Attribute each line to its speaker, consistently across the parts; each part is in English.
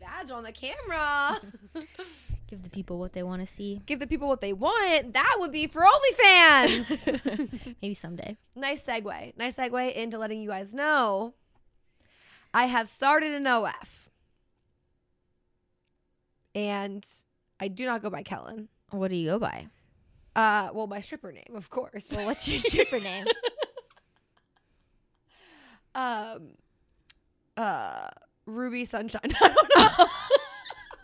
Speaker 1: badge on the camera.
Speaker 2: Give the people what they want to see.
Speaker 1: Give the people what they want. That would be for OnlyFans.
Speaker 2: Maybe someday.
Speaker 1: nice segue. Nice segue into letting you guys know I have started an OF. And I do not go by Kellen.
Speaker 2: What do you go by?
Speaker 1: Uh, well, my stripper name, of course.
Speaker 2: Well, what's your stripper name?
Speaker 1: um, uh, Ruby Sunshine. I don't know.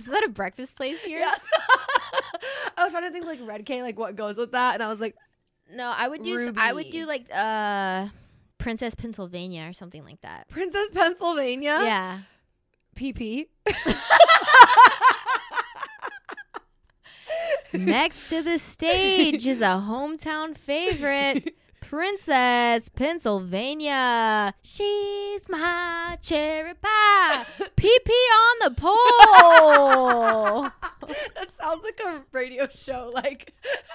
Speaker 2: Is that a breakfast place here?
Speaker 1: yes. I was trying to think like red K, like what goes with that, and I was like,
Speaker 2: No, I would do. s- I would
Speaker 1: Ruby.
Speaker 2: do like uh, Princess Pennsylvania or something like that.
Speaker 1: Princess Pennsylvania.
Speaker 2: Yeah.
Speaker 1: PP.
Speaker 2: Next to the stage is a hometown favorite, Princess Pennsylvania. She's my cherry pie. Pee pee on the pole.
Speaker 1: that sounds like a radio show. Like,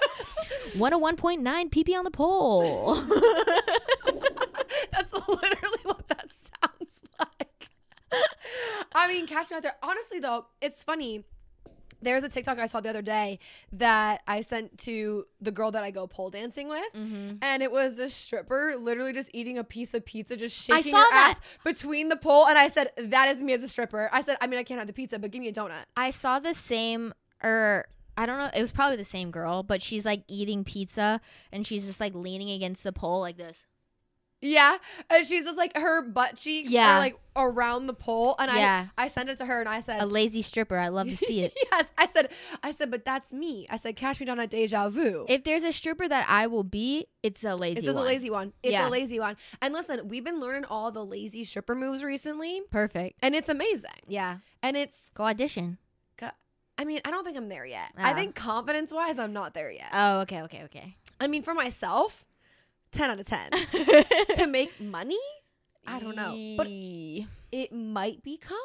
Speaker 2: 101.9 pee pee on the pole.
Speaker 1: that's literally what that sounds like. I mean, catch me out there. Honestly, though, it's funny. There's a TikTok I saw the other day that I sent to the girl that I go pole dancing with.
Speaker 2: Mhm.
Speaker 1: And it was this stripper literally just eating a piece of pizza, just shaking
Speaker 2: saw
Speaker 1: her
Speaker 2: that.
Speaker 1: ass between the pole. And I said, That is me as a stripper. I said, I mean, I can't have the pizza, but give me a donut.
Speaker 2: I saw the same or I don't know, it was probably the same girl, but she's like eating pizza and she's just like leaning against the pole like this.
Speaker 1: Yeah. And she's just like, her butt cheeks
Speaker 2: Yeah.
Speaker 1: are like around the pole. And
Speaker 2: Yeah.
Speaker 1: I, I sent it to her and I said,
Speaker 2: A lazy stripper. I love to see it.
Speaker 1: yes. I said, I said, but that's me. I said, catch me down at deja vu.
Speaker 2: If there's a stripper that I will be, it's a lazy
Speaker 1: It's just a
Speaker 2: one.
Speaker 1: lazy one. It's
Speaker 2: Yeah.
Speaker 1: a lazy one. And listen, we've been learning all the lazy stripper moves recently,
Speaker 2: Perfect.
Speaker 1: and it's amazing.
Speaker 2: Yeah.
Speaker 1: And it's,
Speaker 2: Go audition.
Speaker 1: I mean, I don't think I'm there yet. I
Speaker 2: Ah.
Speaker 1: think confidence wise, I'm not there yet.
Speaker 2: Oh, okay, okay, okay.
Speaker 1: I mean, for myself, 10 out of 10. to make money, I don't know. But it might become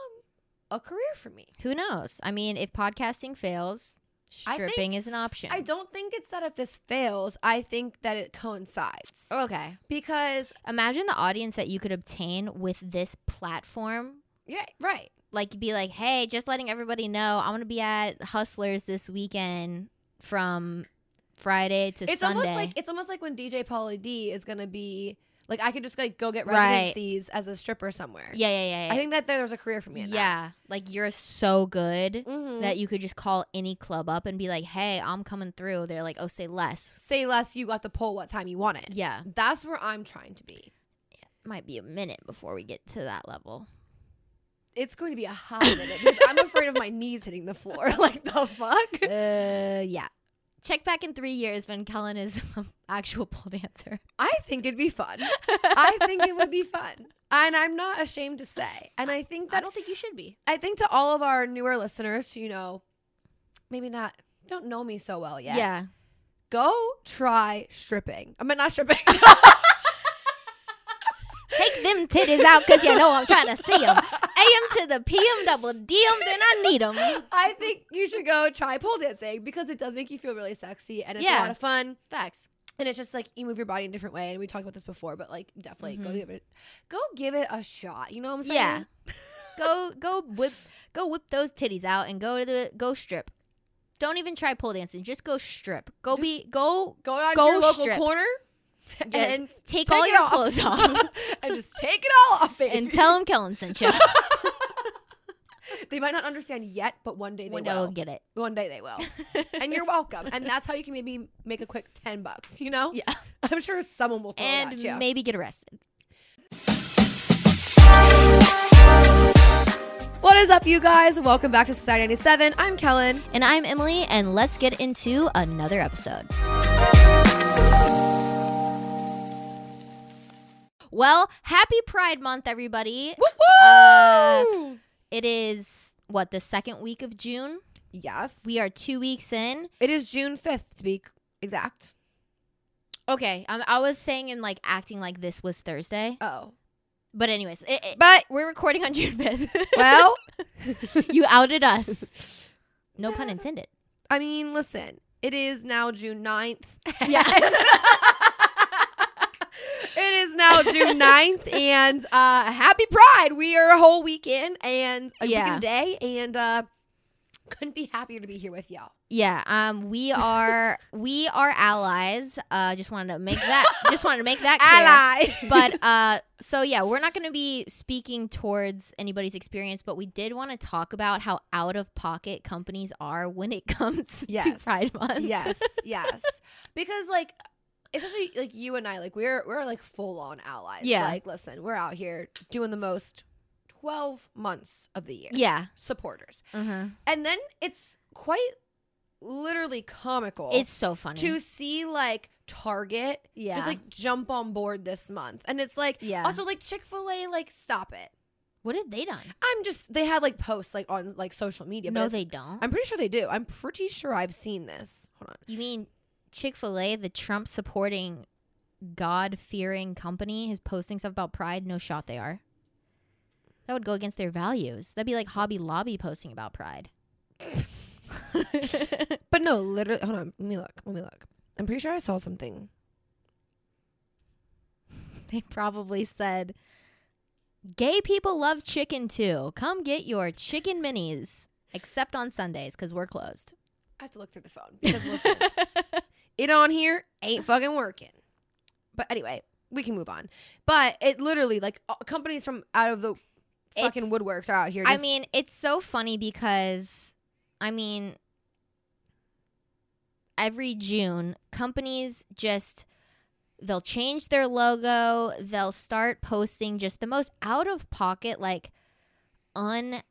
Speaker 1: a career for me.
Speaker 2: who knows? I mean, if podcasting fails,
Speaker 1: I think-
Speaker 2: stripping is an option.
Speaker 1: I don't think it's that if this fails, I think that it coincides.
Speaker 2: Okay.
Speaker 1: Because,
Speaker 2: Imagine the audience that you could obtain with this platform
Speaker 1: yeah, right.
Speaker 2: like be like, hey, just letting everybody know, I'm gonna be at Hustlers this weekend from Friday to
Speaker 1: it's
Speaker 2: Sunday.
Speaker 1: almost like it's almost like when DJ Pauly D is gonna be like I could just like go get
Speaker 2: Right.
Speaker 1: residencies as a stripper somewhere.
Speaker 2: yeah, yeah, yeah, yeah.
Speaker 1: I think that there's a career for me. In
Speaker 2: yeah, like you're so good
Speaker 1: that. Mhm.
Speaker 2: that you could just call any club up and be like, hey, I'm coming through. They're like, oh, say less.
Speaker 1: say less. You got the poll. What time you want it?
Speaker 2: Yeah,
Speaker 1: That's where I'm trying to be.
Speaker 2: might be a minute before we get to that level.
Speaker 1: It's going to be a hot minute because I'm afraid of my knees hitting the floor. Like the fuck.
Speaker 2: uh, yeah. Check back in three years when Kellen is an actual pole dancer.
Speaker 1: I think it'd be fun. I think it would be fun, and I'm not ashamed to say. And I think
Speaker 2: I
Speaker 1: that
Speaker 2: don't think you should be.
Speaker 1: I think to all of our newer listeners, you know, maybe not don't know me so well yet.
Speaker 2: yeah.
Speaker 1: go try stripping. I mean, not stripping.
Speaker 2: Take them titties out because you know I'm trying to see them. AM to the PM double DM, then I need them.
Speaker 1: I think you should go try pole dancing because it does make you feel really sexy and it's a
Speaker 2: Yeah.
Speaker 1: lot of fun.
Speaker 2: Facts.
Speaker 1: And it's just like you move your body in a different way. And we talked about this before, but like definitely go
Speaker 2: Mhm.
Speaker 1: give it, go give it a shot. You know what I'm saying?
Speaker 2: Yeah. Go go whip go whip those titties out and go to the go strip. Don't even try pole dancing. Just go strip. Go be go
Speaker 1: Go down
Speaker 2: Go
Speaker 1: to your local
Speaker 2: strip.
Speaker 1: corner
Speaker 2: just
Speaker 1: and
Speaker 2: take, all
Speaker 1: it
Speaker 2: your
Speaker 1: off.
Speaker 2: clothes off
Speaker 1: and just take it all off, baby.
Speaker 2: and tell them Kellen sent you.
Speaker 1: they might not understand yet, but one day they
Speaker 2: One day
Speaker 1: will.
Speaker 2: will get it.
Speaker 1: One day they will. and you're welcome. And that's how you can maybe make a quick ten bucks. You know?
Speaker 2: Yeah.
Speaker 1: I'm sure someone will throw it
Speaker 2: And
Speaker 1: at you.
Speaker 2: maybe get arrested.
Speaker 1: What is up, you guys? Welcome back to Society 97. I'm Kellen.
Speaker 2: And I'm Emily, and let's get into another episode. Well, happy Pride Month, everybody. Uh, it is what the second week of June.
Speaker 1: yes.
Speaker 2: We are two weeks in.
Speaker 1: it is June 5th, to be exact.
Speaker 2: Okay, um, I was saying and like acting like this was Thursday,
Speaker 1: Oh.
Speaker 2: but anyways, it, it-
Speaker 1: But,
Speaker 2: we're recording on June fifth.
Speaker 1: well,
Speaker 2: you outed us. No pun intended.
Speaker 1: I mean, listen, it is now June 9th.
Speaker 2: Yeah.
Speaker 1: it is now June 9th, and uh, happy Pride. We are a whole weekend and a
Speaker 2: Yeah.
Speaker 1: weekend day, and uh, couldn't be happier to be here with y'all.
Speaker 2: Yeah, um, we are we are allies. Uh, just wanted to make that just wanted to make that clear.
Speaker 1: Ally.
Speaker 2: But uh, so yeah, we're not going to be speaking towards anybody's experience, but we did want to talk about how out of pocket companies are when it comes
Speaker 1: Yes.
Speaker 2: to Pride Month.
Speaker 1: yes, yes, because like. Especially like you and I, like we're we're like full on allies.
Speaker 2: Yeah.
Speaker 1: Like, listen, we're out here doing the most twelve months of the year.
Speaker 2: yeah,
Speaker 1: Supporters.
Speaker 2: uh-huh.
Speaker 1: And then it's quite literally comical.
Speaker 2: it's so funny.
Speaker 1: to see like Target
Speaker 2: yeah,
Speaker 1: just like jump on board this month. And it's like
Speaker 2: Yeah.
Speaker 1: also like Chick-fil-A like stop it.
Speaker 2: what have they done?
Speaker 1: I'm just they have like posts like on like social media.
Speaker 2: no,
Speaker 1: but it's-
Speaker 2: they don't.
Speaker 1: I'm pretty sure they do. I'm pretty sure I've seen this. Hold on.
Speaker 2: you mean Chick Fil A, the Trump supporting, God fearing company, is posting stuff about Pride? No shot, they are. That would go against their values. That'd be like Hobby Lobby posting about Pride.
Speaker 1: But no, literally hold on. Let me look. Let me look. I'm pretty sure I saw something.
Speaker 2: they probably said, "Gay people love chicken too. Come get your chicken minis, except on Sundays because we're closed."
Speaker 1: I have to look through the phone because listen, it on here ain't fucking working. But anyway, we can move on. But it literally like uh, companies from out of the fucking
Speaker 2: It's-
Speaker 1: woodworks are out here.
Speaker 2: I
Speaker 1: just-
Speaker 2: mean, it's so funny because, I mean, every June, companies just they'll change their logo. They'll start posting just the most out of pocket, like un.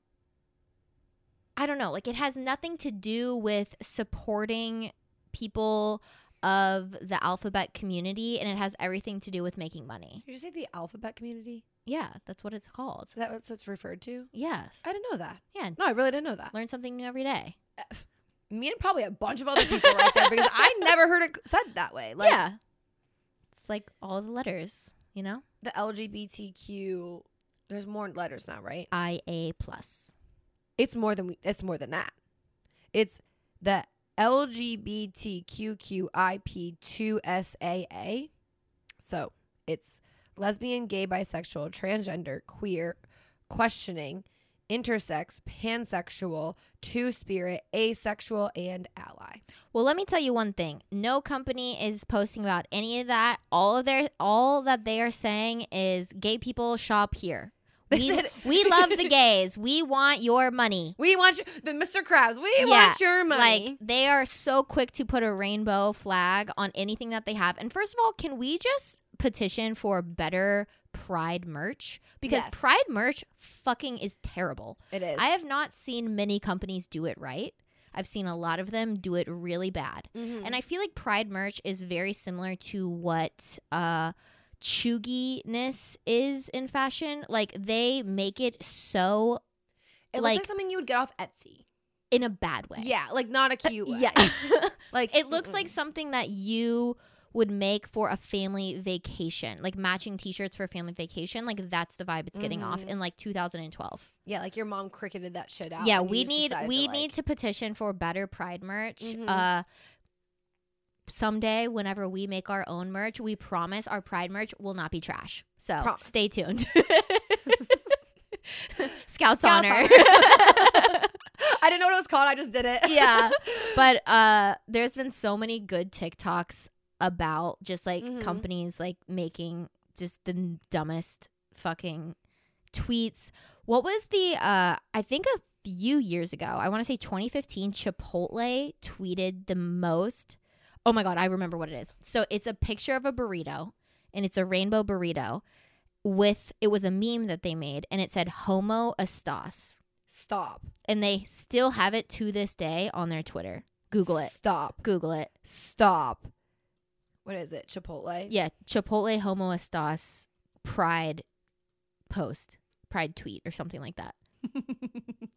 Speaker 2: I don't know. Like it has nothing to do with supporting people of the alphabet community, and it has everything to do with making money.
Speaker 1: Did you say the alphabet community?
Speaker 2: Yeah, that's what it's called.
Speaker 1: So that's what's referred to?
Speaker 2: Yeah,
Speaker 1: I didn't know that.
Speaker 2: yeah.
Speaker 1: No, I really didn't know that.
Speaker 2: Learn something new every day.
Speaker 1: Me and probably a bunch of other people right there because I never heard it said that way. Like
Speaker 2: yeah. It's like all the letters, you know?
Speaker 1: the LGBTQ there's more letters now, right?
Speaker 2: IA plus.
Speaker 1: It's more than we, it's more than that. It's the LGBTQQIP2SAA. So, it's lesbian, gay, bisexual, transgender, queer, questioning, intersex, pansexual, two-spirit, asexual, and ally.
Speaker 2: Well, let me tell you one thing. No company is posting about any of that. All of their all that they are saying is gay people shop here.
Speaker 1: They
Speaker 2: we,
Speaker 1: said-
Speaker 2: we love the gays. We want your money.
Speaker 1: We want you, the Mr. Krabs. We
Speaker 2: Yeah,
Speaker 1: want your money.
Speaker 2: Like they are so quick to put a rainbow flag on anything that they have. And first of all, can we just petition for better pride merch? Because
Speaker 1: Yes.
Speaker 2: pride merch fucking is terrible.
Speaker 1: it is.
Speaker 2: I have not seen many companies do it right. I've seen a lot of them do it really bad.
Speaker 1: Mhm.
Speaker 2: And I feel like Pride merch is very similar to what uh chugginess is in fashion. Like they make it so
Speaker 1: it looks
Speaker 2: like-
Speaker 1: like something you would get off Etsy.
Speaker 2: in a bad way.
Speaker 1: Yeah, like not a cute. way.
Speaker 2: Yeah.
Speaker 1: like
Speaker 2: it looks
Speaker 1: mm-mm.
Speaker 2: like something that you would make for a family vacation. Like matching t-shirts for a family vacation. Like that's the vibe it's getting off
Speaker 1: Mhm.
Speaker 2: in like 2012.
Speaker 1: yeah, like your mom cricketed that shit out.
Speaker 2: yeah
Speaker 1: and you
Speaker 2: we
Speaker 1: just
Speaker 2: need
Speaker 1: decided
Speaker 2: we
Speaker 1: to,
Speaker 2: need
Speaker 1: like-
Speaker 2: to petition for better pride merch
Speaker 1: Mhm.
Speaker 2: uh someday whenever we make our own merch we promise our pride merch will not be trash so
Speaker 1: Promise.
Speaker 2: stay tuned scouts,
Speaker 1: Scouts
Speaker 2: honor,
Speaker 1: honor. I didn't know what it was called. I just did it.
Speaker 2: yeah but uh there's been so many good tiktoks about just like
Speaker 1: Mhm.
Speaker 2: companies like making just the n- dumbest fucking tweets what was the uh i think a few years ago i want to say 2015 chipotle tweeted the most oh my god i remember what it is so it's a picture of a burrito and it's a rainbow burrito with it was a meme that they made and it said homo estas
Speaker 1: Stop.
Speaker 2: and they still have it to this day on their Twitter. Google it.
Speaker 1: Stop.
Speaker 2: Google it.
Speaker 1: Stop. What is it? Chipotle.
Speaker 2: Yeah, Chipotle Homo Estas Pride post, Pride tweet, or something like that.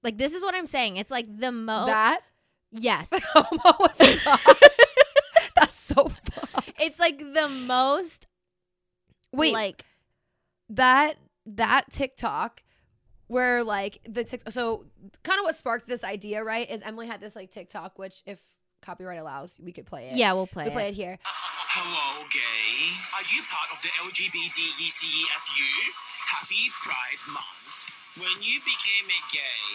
Speaker 2: like this is what I'm saying. It's like the most.
Speaker 1: That.
Speaker 2: yes,
Speaker 1: Homo was That's so. Fun.
Speaker 2: it's like the most.
Speaker 1: Wait.
Speaker 2: like
Speaker 1: that that TikTok where like the tick so kind of what sparked this idea, right? Is Emily had this like TikTok, which if copyright allows, we could play it.
Speaker 2: yeah, we'll play.
Speaker 1: we play
Speaker 2: it.
Speaker 1: it here.
Speaker 3: Hello, gay. Are you part of the E LGBTECEFU? Happy Pride Month. When you became a gay,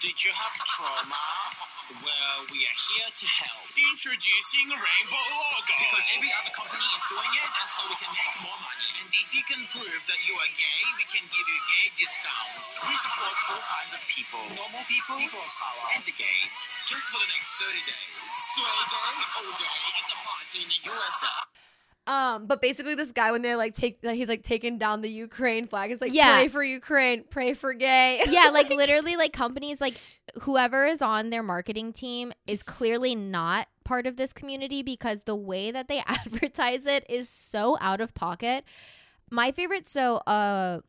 Speaker 3: did you have trauma? Well, we are here to help. Introducing Rainbow Logo. Because every other company is doing it, and so we can make more money. And if you can prove that you are gay, we can give you gay discounts. We support all kinds of people. Normal people, people of power, and the gays. Just for the next 30 days. Sway day, all day, it's a party in the USA.
Speaker 1: Um, but basically, this guy when they like take, like, he's like taking down the Ukraine flag. It's like
Speaker 2: Yeah.
Speaker 1: pray for Ukraine, pray for gay.
Speaker 2: yeah, like literally, like companies, like whoever is on their marketing team is clearly not part of this community because the way that they advertise it is so out of pocket. My favorite, so uh,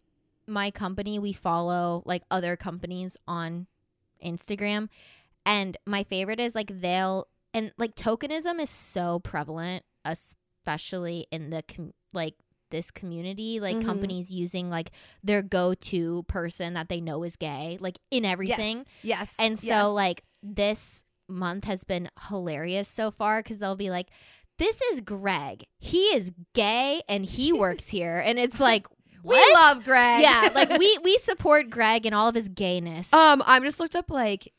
Speaker 2: my company we follow like other companies on Instagram, and my favorite is like they'll and like tokenism is so prevalent, especially in the com- like this community, like
Speaker 1: Mhm.
Speaker 2: companies using like their go-to person that they know is gay like in everything
Speaker 1: Yes. yes
Speaker 2: and so
Speaker 1: yes.
Speaker 2: like this month has been hilarious so far because they'll be like this is greg he is gay and he works here and it's like
Speaker 1: we
Speaker 2: what
Speaker 1: love Greg.
Speaker 2: yeah like we we support greg and all of his gayness
Speaker 1: Um, I'm just looked up like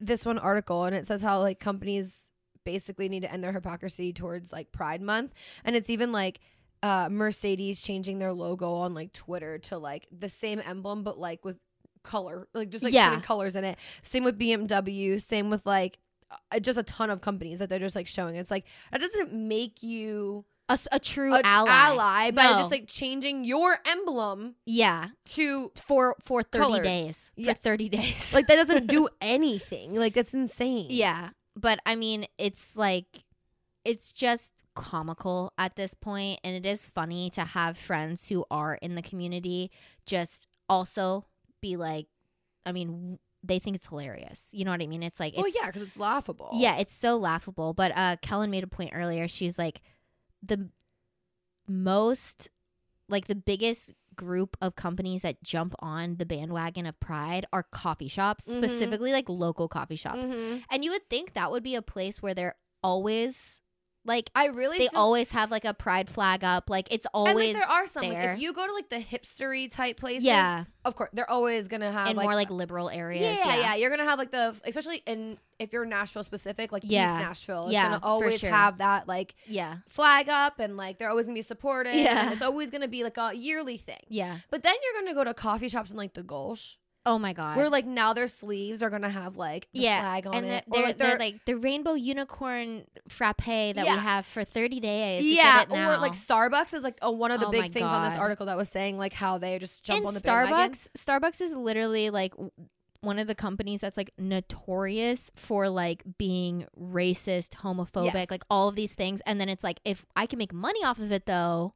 Speaker 1: this one article, and it says how like companies basically need to end their hypocrisy towards like Pride Month, and it's even like uh, Mercedes changing their logo on like Twitter to like the same emblem, but like with color, like just like
Speaker 2: Yeah.
Speaker 1: putting colors in it. Same with BMW. Same with like uh, just a ton of companies that they're just like showing. It's like that doesn't make you
Speaker 2: a, s- a true
Speaker 1: a
Speaker 2: ally
Speaker 1: ally by
Speaker 2: No.
Speaker 1: just like changing your emblem
Speaker 2: yeah
Speaker 1: to
Speaker 2: for for 30
Speaker 1: Colored.
Speaker 2: days
Speaker 1: Yeah.
Speaker 2: for 30 days
Speaker 1: like that doesn't do anything. Like that's insane.
Speaker 2: Yeah. But I mean, it's like, it's just comical at this point, And it is funny to have friends who are in the community just also be like, I mean, w- they think it's hilarious. You know what I mean? It's like, it's,
Speaker 1: Well, yeah, because it's laughable.
Speaker 2: yeah, it's so laughable. But uh, Kellen made a point earlier. She was like, the most, like the biggest group of companies that jump on the bandwagon of pride are coffee shops,
Speaker 1: Mhm.
Speaker 2: specifically like local coffee shops.
Speaker 1: Mhm.
Speaker 2: And you would think that would be a place where they're always like
Speaker 1: I really.
Speaker 2: they
Speaker 1: feel-
Speaker 2: always have like a pride flag up. Like it's
Speaker 1: and
Speaker 2: always
Speaker 1: like, there are some. like,
Speaker 2: there.
Speaker 1: if you go to like the hipstery type places,
Speaker 2: yeah,
Speaker 1: of course they're always gonna have
Speaker 2: and
Speaker 1: like,
Speaker 2: more like liberal areas.
Speaker 1: yeah,
Speaker 2: Yeah,
Speaker 1: yeah, You're gonna have like the especially in if you're Nashville specific, like
Speaker 2: Yeah.
Speaker 1: East Nashville, it's
Speaker 2: Yeah,
Speaker 1: gonna
Speaker 2: for
Speaker 1: always
Speaker 2: sure.
Speaker 1: have that like
Speaker 2: yeah,
Speaker 1: flag up and like they're always gonna be supported.
Speaker 2: Yeah.
Speaker 1: and it's always gonna be like a yearly thing.
Speaker 2: yeah.
Speaker 1: But then you're gonna go to coffee shops in like the Gulch,
Speaker 2: Oh my god.
Speaker 1: where like now their sleeves are gonna have like the
Speaker 2: yeah,
Speaker 1: flag on
Speaker 2: and
Speaker 1: it,
Speaker 2: they're,
Speaker 1: or
Speaker 2: they're, they're
Speaker 1: their-
Speaker 2: like the rainbow unicorn frappe that we
Speaker 1: Yeah.
Speaker 2: have for thirty days. Look
Speaker 1: yeah,
Speaker 2: at it
Speaker 1: or like
Speaker 2: now.
Speaker 1: Starbucks is like a, one of the
Speaker 2: Oh my
Speaker 1: big things on this
Speaker 2: God.
Speaker 1: article that was saying like how they just jump
Speaker 2: and
Speaker 1: on the bandwagon.
Speaker 2: Starbucks. Starbucks is literally like w- one of the companies that's like notorious for like being racist, homophobic,
Speaker 1: Yes.
Speaker 2: like all of these things. And then it's like, if I can make money off of it, though,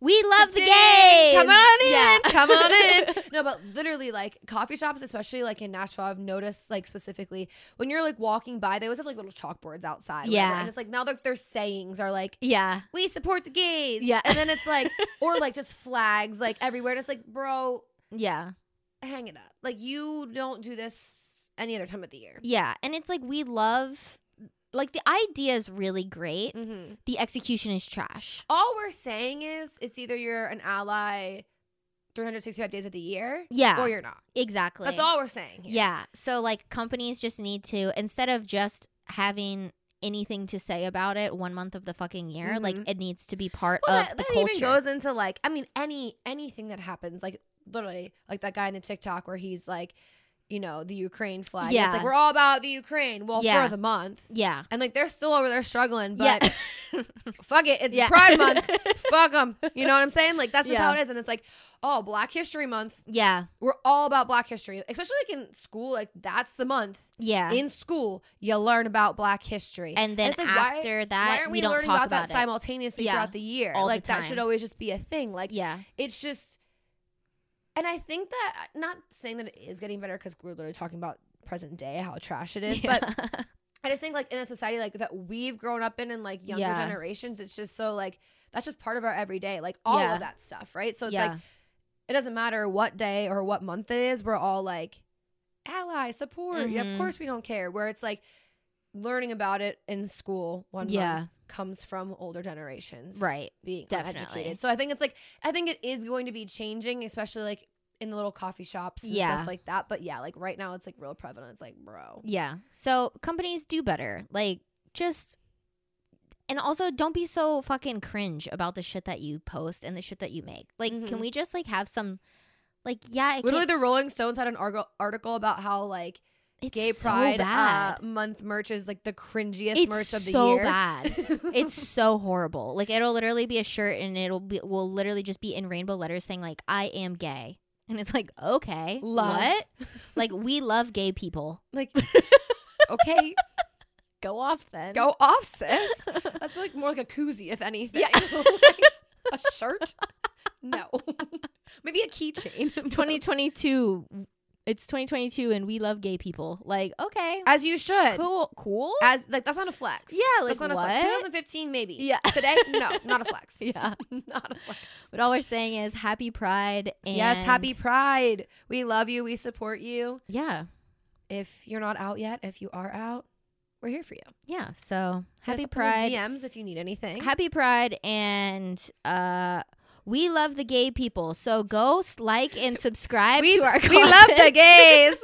Speaker 2: we love the
Speaker 1: Ding!
Speaker 2: gays.
Speaker 1: Come on in.
Speaker 2: Yeah.
Speaker 1: Come on in. No, but literally, like coffee shops, especially like in Nashville, I've noticed like specifically when you're like walking by, they always have like little chalkboards outside. or whatever,
Speaker 2: Yeah.
Speaker 1: and it's like now like their sayings are like
Speaker 2: yeah,
Speaker 1: we support the gays.
Speaker 2: Yeah.
Speaker 1: and then it's like or like just flags like everywhere. And it's like, bro,
Speaker 2: yeah,
Speaker 1: hang it up. Like you don't do this any other time of the year.
Speaker 2: yeah. And it's like we love, like the idea is really great.
Speaker 1: Mm-hmm.
Speaker 2: The execution is trash.
Speaker 1: All we're saying is it's either you're an ally 365 days of the year
Speaker 2: Yeah,
Speaker 1: or you're not.
Speaker 2: exactly.
Speaker 1: That's all we're saying. here.
Speaker 2: Yeah. So like companies just need to instead of just having anything to say about it one month of the fucking year, like
Speaker 1: Mhm.
Speaker 2: it needs to be part
Speaker 1: Well,
Speaker 2: of
Speaker 1: that,
Speaker 2: the
Speaker 1: that
Speaker 2: culture.
Speaker 1: even goes into like I mean any anything that happens like literally like that guy in the TikTok where he's like you know the Ukraine flag. Yeah,
Speaker 2: Yeah.
Speaker 1: it's like we're all about the Ukraine. Well,
Speaker 2: Yeah.
Speaker 1: for the month.
Speaker 2: yeah.
Speaker 1: And like they're still over there struggling, but
Speaker 2: Yeah.
Speaker 1: fuck it, it's
Speaker 2: Yeah.
Speaker 1: Pride Month. fuck them. You know what I'm saying? Like that's just
Speaker 2: Yeah.
Speaker 1: how it is. And it's like, oh, Black History Month.
Speaker 2: yeah.
Speaker 1: We're all about Black History, especially like in school. Like that's the month
Speaker 2: Yeah.
Speaker 1: in school you learn about Black History.
Speaker 2: and then
Speaker 1: it's like, why-
Speaker 2: after
Speaker 1: Why
Speaker 2: that
Speaker 1: aren't
Speaker 2: we,
Speaker 1: we,
Speaker 2: don't
Speaker 1: learning
Speaker 2: talk
Speaker 1: about,
Speaker 2: about,
Speaker 1: that
Speaker 2: it.
Speaker 1: simultaneously
Speaker 2: Yeah,
Speaker 1: through throughout the year?
Speaker 2: all the
Speaker 1: like that should
Speaker 2: time.
Speaker 1: always just be a thing. Like
Speaker 2: yeah.
Speaker 1: it's just, and I think that not saying that it is getting better because we're literally talking about present day how trash it is, but
Speaker 2: Yeah.
Speaker 1: I just think like in a society like that we've grown up in and like younger
Speaker 2: Yeah.
Speaker 1: generations, it's just so like that's just part of our everyday, like all
Speaker 2: Yeah.
Speaker 1: of that stuff, right? So it's
Speaker 2: yeah.
Speaker 1: like it doesn't matter what day or what month it is, we're all like ally support. Yeah,
Speaker 2: Mhm.
Speaker 1: of course we don't care. Where it's like learning about it in school one
Speaker 2: Yeah.
Speaker 1: month comes from older generations
Speaker 2: Right.
Speaker 1: being
Speaker 2: Definitely.
Speaker 1: uneducated so i think it's like i think it is going to be changing especially like in the little coffee shops and
Speaker 2: Yeah.
Speaker 1: stuff like that but yeah like right now it's like real prevalent it's like bro
Speaker 2: Yeah. So companies do better. Like just and also don't be so fucking cringe about the shit that you post and the shit that you make. Like
Speaker 1: Mhm.
Speaker 2: can we just like have some like yeah, it
Speaker 1: literally
Speaker 2: can,
Speaker 1: the rolling stones had an argo- article about how like
Speaker 2: it's
Speaker 1: gay
Speaker 2: so
Speaker 1: pride
Speaker 2: bad.
Speaker 1: uh, month merch is like the cringiest
Speaker 2: it's
Speaker 1: merch of the
Speaker 2: so
Speaker 1: year
Speaker 2: bad. it's so horrible. Like it'll literally be a shirt and it'll be will literally just be in rainbow letters saying like I am gay. And it's like, okay.
Speaker 1: Love.
Speaker 2: What? like we love gay people.
Speaker 1: like okay
Speaker 2: Go off then.
Speaker 1: go off sis that's like more like a koozie if anything
Speaker 2: Yeah.
Speaker 1: Like, a shirt no maybe a keychain
Speaker 2: 2022 it's 2022 and we love gay people like okay
Speaker 1: as you should
Speaker 2: cool cool
Speaker 1: as like that's not a flex
Speaker 2: Yeah, like,
Speaker 1: that's not a
Speaker 2: what?
Speaker 1: flex 2015 maybe
Speaker 2: Yeah.
Speaker 1: today no not a flex
Speaker 2: yeah
Speaker 1: not a flex
Speaker 2: but all we're saying is happy pride and
Speaker 1: yes happy pride we love you we support you
Speaker 2: yeah
Speaker 1: if you're not out yet if you are out we're here for you
Speaker 2: yeah so
Speaker 1: Hit us up in
Speaker 2: happy
Speaker 1: the
Speaker 2: pride
Speaker 1: dms if you need anything
Speaker 2: happy pride and uh we love the gay people so go s- like and subscribe
Speaker 1: we,
Speaker 2: to our
Speaker 1: we love the
Speaker 2: content.
Speaker 1: gays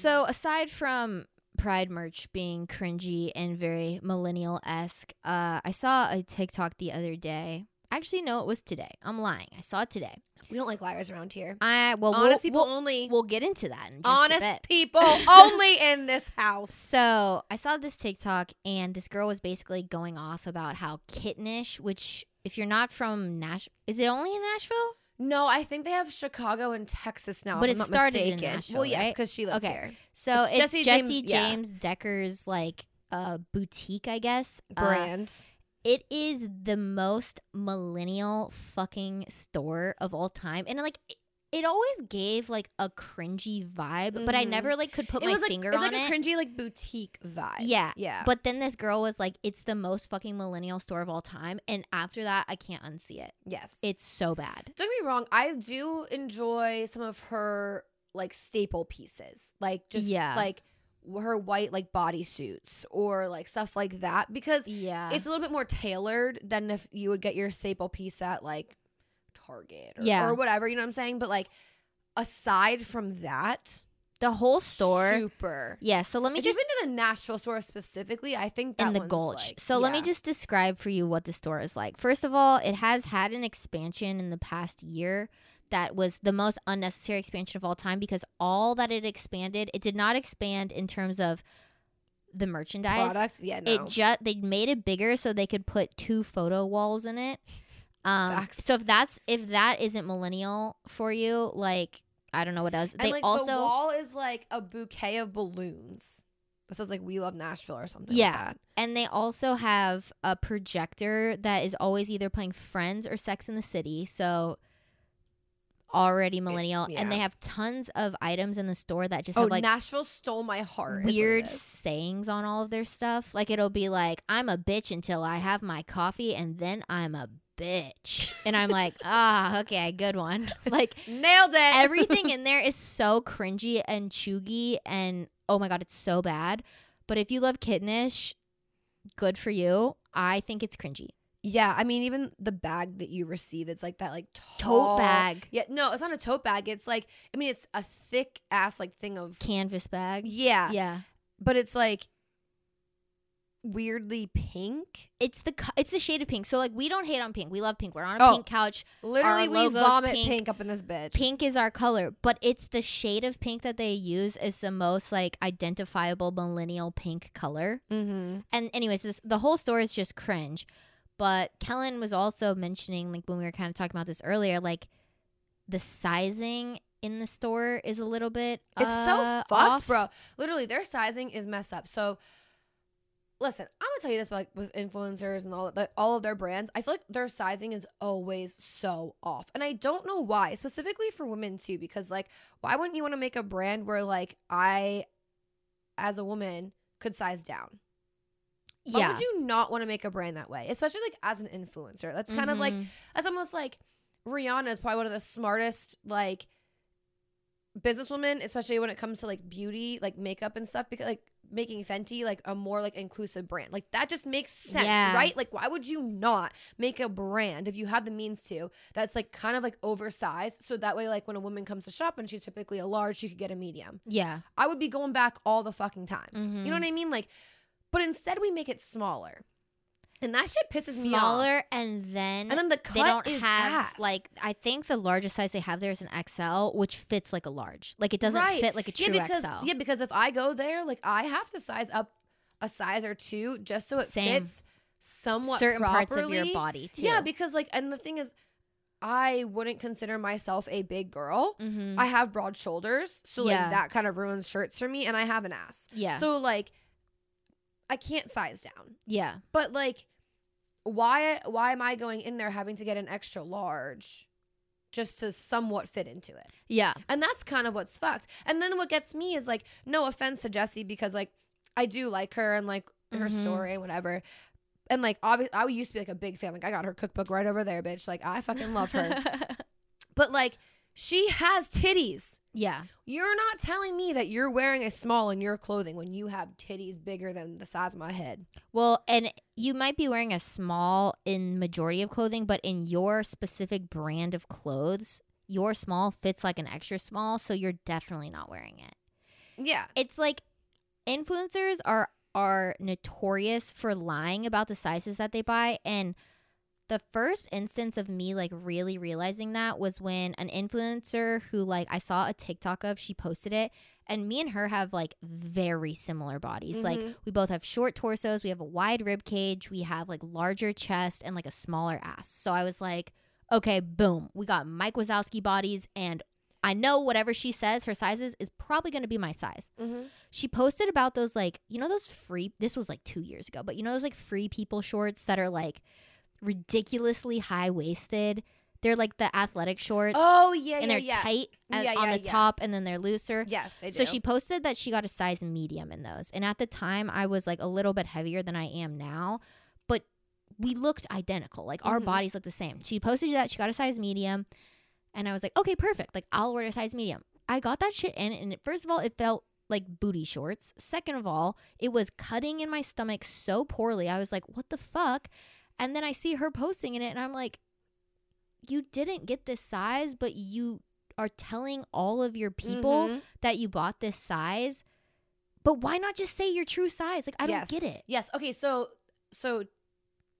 Speaker 2: so aside from pride merch being cringy and very millennial-esque uh i saw a tiktok the other day actually no it was today i'm lying i saw it today
Speaker 1: we don't like liars around here
Speaker 2: I well, we'll-
Speaker 1: honest people
Speaker 2: we'll,
Speaker 1: only
Speaker 2: we'll get into that in just a
Speaker 1: honest
Speaker 2: bit.
Speaker 1: people only in this house
Speaker 2: So I saw this TikTok, and this girl was basically going off about how kittenish, which if you're not from Nash, is it only in Nashville?
Speaker 1: no i think they have chicago and texas now
Speaker 2: But
Speaker 1: if
Speaker 2: it
Speaker 1: I'm not
Speaker 2: started in
Speaker 1: mistaken.
Speaker 2: Nashville,
Speaker 1: well yes
Speaker 2: right?
Speaker 1: because she lives
Speaker 2: Okay.
Speaker 1: here
Speaker 2: So
Speaker 1: It's
Speaker 2: it's,
Speaker 1: Jesse
Speaker 2: Jesse,
Speaker 1: James- yeah.
Speaker 2: James Decker's like uh, boutique, I guess. Uh,
Speaker 1: brand
Speaker 2: it is the most millennial fucking store of all time, and like. It, it always gave like a cringy vibe, but I
Speaker 1: Mhm.
Speaker 2: never like could put
Speaker 1: it
Speaker 2: my
Speaker 1: was like
Speaker 2: finger
Speaker 1: it's
Speaker 2: on
Speaker 1: like
Speaker 2: it.
Speaker 1: a cringy like boutique vibe
Speaker 2: Yeah.
Speaker 1: yeah
Speaker 2: But then this girl was like, it's the most fucking millennial store of all time. And after that, I can't unsee it.
Speaker 1: yes
Speaker 2: It's so bad.
Speaker 1: Don't get me wrong, I do enjoy some of her like staple pieces, like just
Speaker 2: Yeah.
Speaker 1: like her white like bodysuits or like stuff like that because
Speaker 2: Yeah.
Speaker 1: it's a little bit more tailored than if you would get your staple piece at like Target or,
Speaker 2: Yeah.
Speaker 1: or whatever, you know what I'm saying? But like aside from that,
Speaker 2: the whole store.
Speaker 1: super.
Speaker 2: Yeah. So let me
Speaker 1: If
Speaker 2: just.
Speaker 1: you've been to the Nashville store specifically, I think that
Speaker 2: In the
Speaker 1: one's,
Speaker 2: Gulch.
Speaker 1: like-
Speaker 2: so let me
Speaker 1: yeah.
Speaker 2: just describe for you what the store is like. First of all, it has had an expansion in the past year that was the most unnecessary expansion of all time because all that it expanded, it did not expand in terms of the merchandise.
Speaker 1: product, yeah, no.
Speaker 2: It just they made it bigger so they could put two photo walls in it. Um,
Speaker 1: Facts.
Speaker 2: so if that's if that isn't millennial for you, like I don't know what else.
Speaker 1: And
Speaker 2: They
Speaker 1: like the
Speaker 2: also
Speaker 1: wall is like a bouquet of balloons. This is like we love Nashville or something.
Speaker 2: Yeah.
Speaker 1: like that.
Speaker 2: and they also have a projector that is always either playing Friends or Sex in the City. So already millennial,
Speaker 1: yeah.
Speaker 2: and they have tons of items in the store that just
Speaker 1: oh,
Speaker 2: have like
Speaker 1: Nashville stole my heart. is what it
Speaker 2: weird
Speaker 1: is.
Speaker 2: sayings on all of their stuff. Like it'll be like, "I'm a bitch until I have my coffee, and then I'm a bitch," and I'm like, "Ah, okay, good one." Like
Speaker 1: Nailed it.
Speaker 2: everything in there is so cringy and chuggy, and oh my god, it's so bad. But if you love kittenish, good for you. I think it's cringy.
Speaker 1: yeah, I mean even the bag that you receive, it's like that like tall,
Speaker 2: Tote bag,
Speaker 1: Yeah, no, it's not a tote bag. It's like I mean it's a thick ass like thing of
Speaker 2: canvas bag.
Speaker 1: yeah,
Speaker 2: Yeah,
Speaker 1: but it's like weirdly pink.
Speaker 2: it's the co- it's the shade of pink. So like, we don't hate on pink. We love pink. We're on a
Speaker 1: Oh.
Speaker 2: pink couch.
Speaker 1: Literally, we
Speaker 2: logo's
Speaker 1: vomit pink.
Speaker 2: pink.
Speaker 1: up in this bitch.
Speaker 2: pink is our color, but it's the shade of pink that they use is the most like identifiable millennial pink color.
Speaker 1: Mm-hmm.
Speaker 2: And anyways, this, the whole store is just cringe. But Kellen was also mentioning like when we were kind of talking about this earlier, like the sizing in the store is a little bit
Speaker 1: It's
Speaker 2: uh,
Speaker 1: so fucked,
Speaker 2: off.
Speaker 1: bro. Literally, their sizing is messed up. So, listen, I'm gonna tell you this, like with influencers and all that, like, all of their brands, I feel like their sizing is always so off, and I don't know why. Specifically for women too, because like, why wouldn't you want to make a brand where like I, as a woman, could size down? Why
Speaker 2: Yeah.
Speaker 1: would you not want to make a brand that way, especially like as an influencer? That's kind of like
Speaker 2: Mhm.
Speaker 1: that's almost like Rihanna is probably one of the smartest like businesswomen, especially when it comes to like beauty, like makeup and stuff. Because like making Fenty like a more like inclusive brand. Like that just makes sense,
Speaker 2: Yeah.
Speaker 1: right? Like why would you not make a brand if you have the means to that's like kind of like oversized so that way like when a woman comes to shop and she's typically a large, she could get a medium.
Speaker 2: Yeah.
Speaker 1: I would be going back all the fucking time.
Speaker 2: Mhm.
Speaker 1: You know what I mean? Like but instead we make it smaller. And that shit pisses me off.
Speaker 2: Smaller and then
Speaker 1: And then the cut
Speaker 2: they don't
Speaker 1: is
Speaker 2: have
Speaker 1: ass.
Speaker 2: like I think the largest size they have there is an XL, which fits like a large. Like it doesn't
Speaker 1: Right.
Speaker 2: fit like a true
Speaker 1: yeah, because,
Speaker 2: XL.
Speaker 1: Yeah, because if I go there, like I have to size up a size or two just so it
Speaker 2: Same.
Speaker 1: fits somewhat
Speaker 2: Certain parts of your
Speaker 1: properly.
Speaker 2: body too.
Speaker 1: Yeah, because like, and the thing is, I wouldn't consider myself a big girl.
Speaker 2: Mhm.
Speaker 1: I have broad shoulders, so like
Speaker 2: Yeah.
Speaker 1: that kind of ruins shirts for me, and I have an ass.
Speaker 2: yeah.
Speaker 1: So like, I can't size down.
Speaker 2: yeah.
Speaker 1: But like, why why am I going in there having to get an extra large, just to somewhat fit into it?
Speaker 2: Yeah.
Speaker 1: And that's kind of what's fucked. And then what gets me is like, no offense to Jessie because like I do like her and like her
Speaker 2: Mhm.
Speaker 1: story and whatever. And like obviously, I used to be like a big fan. Like I got her cookbook right over there, bitch. Like I fucking love her. but like she has titties.
Speaker 2: yeah.
Speaker 1: You're not telling me that you're wearing a small in your clothing when you have titties bigger than the size of my head.
Speaker 2: Well, and you might be wearing a small in majority of clothing, but in your specific brand of clothes, your small fits like an extra small, so you're definitely not wearing it.
Speaker 1: Yeah.
Speaker 2: It's like influencers are are notorious for lying about the sizes that they buy and the first instance of me like really realizing that was when an influencer who like I saw a TikTok of, she posted it, and me and her have like very similar bodies. Like
Speaker 1: Mhm.
Speaker 2: we both have short torsos, we have a wide rib cage, we have like larger chest and like a smaller ass. So I was like, okay, boom, we got Mike Wazowski bodies and I know whatever she says her sizes is probably going to be my size
Speaker 1: Mm-hmm.
Speaker 2: she posted about those like you know those free this was like two years ago but you know those like free people shorts that are like ridiculously high waisted they're like the athletic shorts
Speaker 1: Oh yeah,
Speaker 2: and
Speaker 1: yeah,
Speaker 2: they're
Speaker 1: yeah.
Speaker 2: tight at-
Speaker 1: Yeah,
Speaker 2: on
Speaker 1: yeah,
Speaker 2: the
Speaker 1: yeah.
Speaker 2: top and then they're looser
Speaker 1: Yes, I do.
Speaker 2: so she posted that she got a size medium in those and at the time i was like a little bit heavier than i am now but we looked identical like our
Speaker 1: Mhm.
Speaker 2: bodies looked the same she posted that she got a size medium and i was like okay perfect like i'll order a size medium i got that shit in and it, first of all it felt like booty shorts second of all it was cutting in my stomach so poorly i was like what the fuck and then i see her posting in it and i'm like you didn't get this size but you are telling all of your people
Speaker 1: Mhm.
Speaker 2: that you bought this size, but why not just say your true size? Like, I
Speaker 1: Yes.
Speaker 2: don't get it.
Speaker 1: Yes. Okay. So, so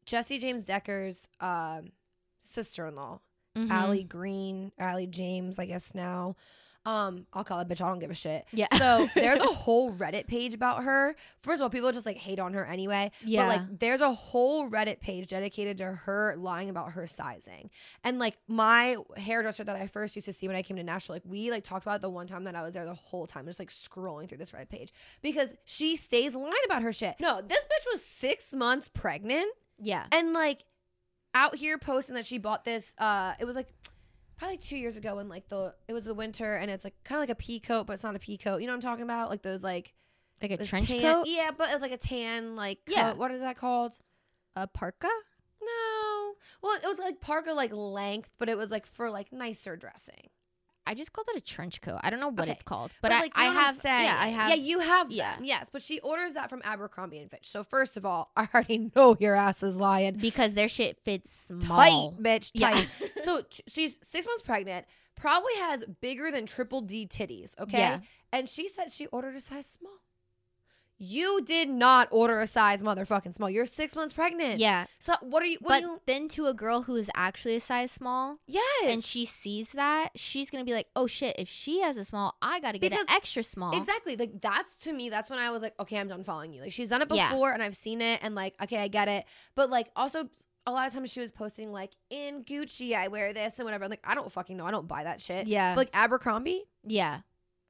Speaker 1: Jesse James Decker's um, sister-in-law,
Speaker 2: Mhm.
Speaker 1: Allie Green, or Allie James, I guess now. Um, I'll call it bitch. I don't give a shit.
Speaker 2: Yeah.
Speaker 1: So there's a whole Reddit page about her. First of all, people just like hate on her anyway.
Speaker 2: Yeah.
Speaker 1: But like, there's a whole Reddit page dedicated to her lying about her sizing. And like, my hairdresser that I first used to see when I came to Nashville, like, we like talked about it the one time that I was there the whole time, just like scrolling through this Reddit page because she stays lying about her shit. No, this bitch was six months pregnant
Speaker 2: yeah.
Speaker 1: and like out here posting that she bought this uh it was like probably two years ago when like the it was the winter and it's like kind of like a pea coat but it's not a pea coat you know what i'm talking about like those like
Speaker 2: Like a
Speaker 1: those
Speaker 2: trench
Speaker 1: tan-
Speaker 2: coat,
Speaker 1: yeah but it's like a tan like
Speaker 2: Yeah.
Speaker 1: coat. what is that called
Speaker 2: a parka.
Speaker 1: no well it was like parka like length but it was like for like nicer dressing
Speaker 2: I just called it a trench coat. I don't know what
Speaker 1: Okay.
Speaker 2: it's called, but,
Speaker 1: like,
Speaker 2: I,
Speaker 1: you
Speaker 2: I
Speaker 1: know what I'm
Speaker 2: have. Yeah, I
Speaker 1: saying.
Speaker 2: have.
Speaker 1: Yeah, you have
Speaker 2: yeah.
Speaker 1: them. Yes, but she orders that from Abercrombie and Fitch. So first of all, I already know your ass is lying.
Speaker 2: because their shit fits small.
Speaker 1: tight, bitch,
Speaker 2: Yeah.
Speaker 1: tight. so t- she's six months pregnant, probably has bigger than triple D titties, okay?
Speaker 2: Yeah.
Speaker 1: And she said she ordered a size small. You did not order a size motherfucking small. You're six months pregnant.
Speaker 2: Yeah,
Speaker 1: So what are you? What
Speaker 2: but
Speaker 1: do you?
Speaker 2: then to a girl who is actually a size small,
Speaker 1: Yes.
Speaker 2: and she sees that, she's gonna be like, "Oh shit! If she has a small, I gotta get an
Speaker 1: Because-
Speaker 2: extra small."
Speaker 1: Exactly. Like that's to me, that's when I was like, okay, I'm done following you. Like she's done it
Speaker 2: Yeah.
Speaker 1: before and I've seen it and like, okay, I get it. But like also a lot of times she was posting like in Gucci, I wear this and whatever. I'm like, I don't fucking know. I don't buy that shit.
Speaker 2: Yeah.
Speaker 1: But, like Abercrombie,
Speaker 2: Yeah.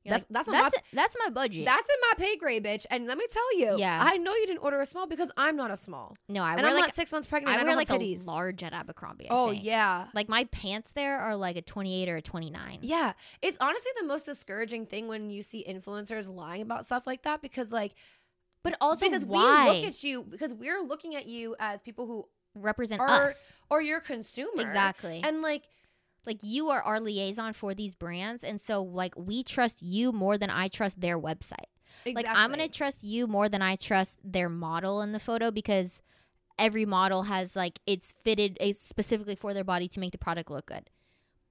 Speaker 2: You're
Speaker 1: That's-
Speaker 2: like,
Speaker 1: that's on
Speaker 2: that's that's my budget.
Speaker 1: That's in my pay grade, bitch. And let me tell you,
Speaker 2: Yeah.
Speaker 1: I know you didn't order a small because I'm not a small,
Speaker 2: no, I
Speaker 1: and
Speaker 2: wear
Speaker 1: I'm
Speaker 2: like
Speaker 1: not six months pregnant.
Speaker 2: I
Speaker 1: and
Speaker 2: wear
Speaker 1: don't
Speaker 2: like
Speaker 1: have
Speaker 2: a
Speaker 1: titties.
Speaker 2: large at Abercrombie. I
Speaker 1: oh
Speaker 2: think.
Speaker 1: yeah,
Speaker 2: Like my pants there are like a 28 or a 29.
Speaker 1: yeah. It's honestly the most discouraging thing when you see influencers lying about stuff like that because, like,
Speaker 2: But also
Speaker 1: because
Speaker 2: why
Speaker 1: we look at you because we're looking at you as people who
Speaker 2: represent
Speaker 1: are
Speaker 2: us.
Speaker 1: or your consumer
Speaker 2: Exactly.
Speaker 1: and like
Speaker 2: like you are our liaison for these brands and so like we trust you more than I trust their website.
Speaker 1: Exactly.
Speaker 2: Like I'm gonna trust you more than I trust their model in the photo because every model has like it's fitted it's specifically for their body to make the product look good.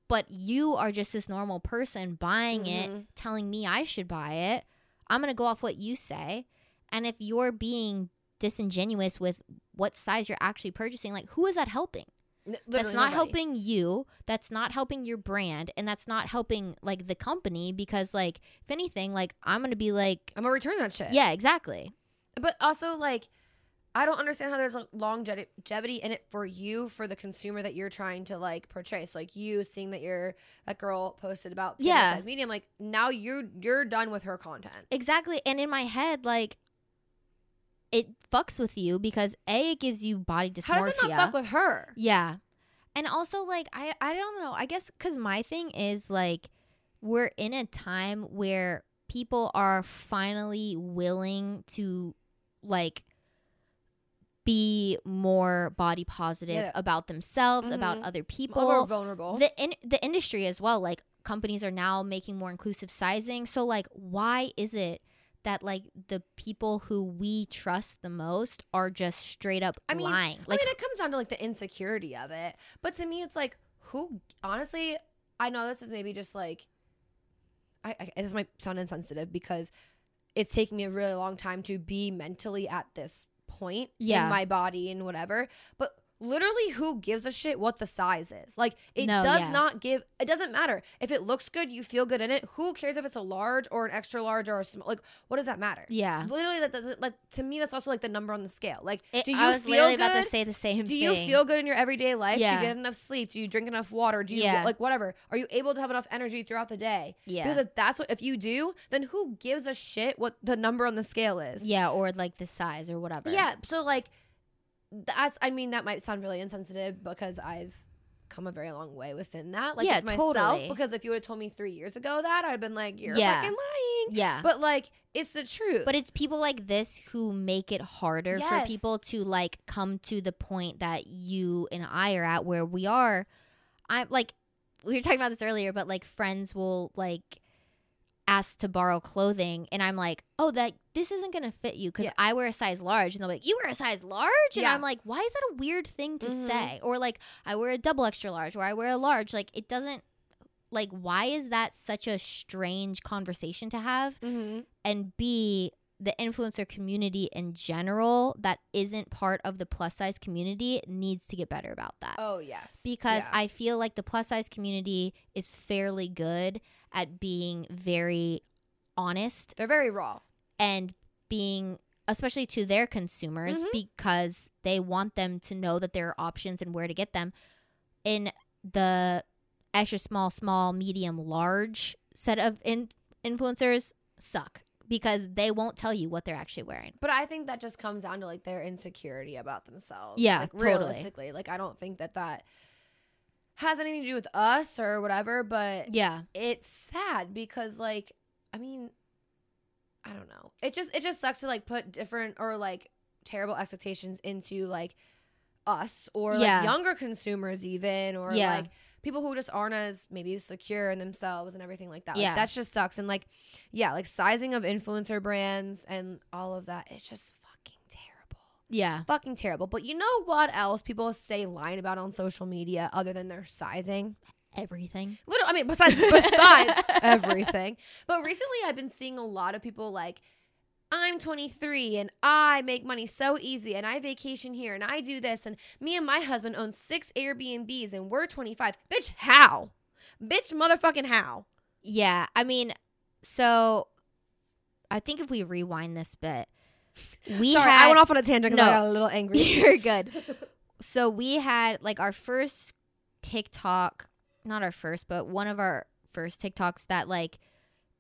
Speaker 2: But you are just this normal person buying it,
Speaker 1: Mhm.
Speaker 2: telling me I should buy it. I'm gonna go off what you say. And if you're being disingenuous with what size you're actually purchasing, like who is that helping?
Speaker 1: N-
Speaker 2: that's
Speaker 1: literally
Speaker 2: not
Speaker 1: nobody.
Speaker 2: helping you that's not helping your brand and that's not helping like the company because like if anything like i'm gonna be like
Speaker 1: I'm gonna return that shit.
Speaker 2: yeah exactly
Speaker 1: but also like I don't understand how there's like, longevi- longevity in it for you for the consumer that you're trying to like portray. So like you seeing that your that girl posted about plus
Speaker 2: Yeah.
Speaker 1: size medium, like now you're you're done with her content.
Speaker 2: exactly and in my head like it fucks with you because a it gives you body dysmorphia
Speaker 1: How does it not fuck with her?
Speaker 2: yeah and also like i i don't know i guess because my thing is like we're in a time where people are finally willing to like be more body positive
Speaker 1: Yeah.
Speaker 2: about themselves about
Speaker 1: Mhm.
Speaker 2: other people
Speaker 1: People are vulnerable.
Speaker 2: the in the industry as well like companies are now making more inclusive sizing so like why is it that like the people who we trust the most are just straight up
Speaker 1: I mean,
Speaker 2: lying like
Speaker 1: I mean, it comes down to like the insecurity of it. But to me, it's like who honestly. I know this is maybe just like. I, I this might sound insensitive because it's taken me a really long time to be mentally at this point
Speaker 2: Yeah.
Speaker 1: in my body and whatever. But literally, who gives a shit what the size is? Like it
Speaker 2: No,
Speaker 1: does
Speaker 2: yeah.
Speaker 1: not give. It doesn't matter if it looks good. You feel good in it. Who cares if it's a large or an extra large or a small? Like what does that matter?
Speaker 2: yeah
Speaker 1: Literally, that doesn't like to me. That's also like the number on the scale. Like,
Speaker 2: It-
Speaker 1: do you
Speaker 2: I was
Speaker 1: feel
Speaker 2: literally
Speaker 1: good?
Speaker 2: about to say the same
Speaker 1: do
Speaker 2: thing.
Speaker 1: you feel good in your everyday life?
Speaker 2: Yeah.
Speaker 1: Do you get enough sleep? Do you drink enough water? Do you
Speaker 2: Yeah.
Speaker 1: like whatever? Are you able to have enough energy throughout the day?
Speaker 2: Yeah.
Speaker 1: Because if that's what if you do, then who gives a shit what the number on the scale is?
Speaker 2: yeah, or like the size or whatever.
Speaker 1: Yeah. So like that's I mean, that might sound really insensitive because I've come a very long way within that. Like
Speaker 2: Yeah,
Speaker 1: with myself.
Speaker 2: totally.
Speaker 1: Because if you would have told me three years ago that, I'd have been like, You're
Speaker 2: Yeah.
Speaker 1: fucking lying.
Speaker 2: Yeah. But,
Speaker 1: But like it's the truth.
Speaker 2: it's people like this who make it harder for
Speaker 1: Yes.
Speaker 2: people to like come to the point that you and I are at where we are. I'm like we were talking about this earlier, but like friends will like ask to borrow clothing and I'm like, "Oh, that this isn't going to fit you cuz
Speaker 1: Yeah.
Speaker 2: I wear a size large." And they're like, "You wear a size large?" And
Speaker 1: Yeah.
Speaker 2: I'm like, "Why is that a weird thing to
Speaker 1: Mhm.
Speaker 2: say?" Or like, "I wear a double extra large," or "I wear a large." Like it doesn't like why is that such a strange conversation to have
Speaker 1: Mhm.
Speaker 2: and b the influencer community in general that isn't part of the plus size community needs to get better about that
Speaker 1: Oh yes.
Speaker 2: because
Speaker 1: Yeah.
Speaker 2: i feel like the plus size community is fairly good at being very honest
Speaker 1: they're very raw.
Speaker 2: and being especially to their consumers
Speaker 1: Mhm.
Speaker 2: because they want them to know that there are options and where to get them in the extra small small medium large set of in- influencers suck because they won't tell you what they're actually wearing
Speaker 1: But I think that just comes down to like their insecurity about themselves.
Speaker 2: Yeah,
Speaker 1: like,
Speaker 2: totally.
Speaker 1: realistically, like I don't think that that has anything to do with us or whatever. But
Speaker 2: yeah
Speaker 1: it's sad because like I mean, I don't know. It just it just sucks to like put different or like terrible expectations into like us or
Speaker 2: Yeah.
Speaker 1: like younger consumers even or
Speaker 2: Yeah.
Speaker 1: like people who just aren't as maybe secure in themselves and everything like that.
Speaker 2: Yeah.
Speaker 1: Like that just sucks. And like yeah, like sizing of influencer brands and all of that. It's just fucking terrible.
Speaker 2: yeah
Speaker 1: Fucking terrible. But you know what else people say lying about on social media other than their sizing?
Speaker 2: everything
Speaker 1: Little, I mean, besides besides everything. But recently, I've been seeing a lot of people like, I'm 23 and I make money so easy and I vacation here and I do this and me and my husband own six Airbnbs and we're 25. Bitch, how? Bitch, motherfucking how?
Speaker 2: yeah i mean so i think if we rewind this bit we
Speaker 1: Sorry,
Speaker 2: had
Speaker 1: I went off on a tangent because
Speaker 2: no.
Speaker 1: I got a little angry.
Speaker 2: You're good. so we had like our first TikTok, not our first, but one of our first TikToks that like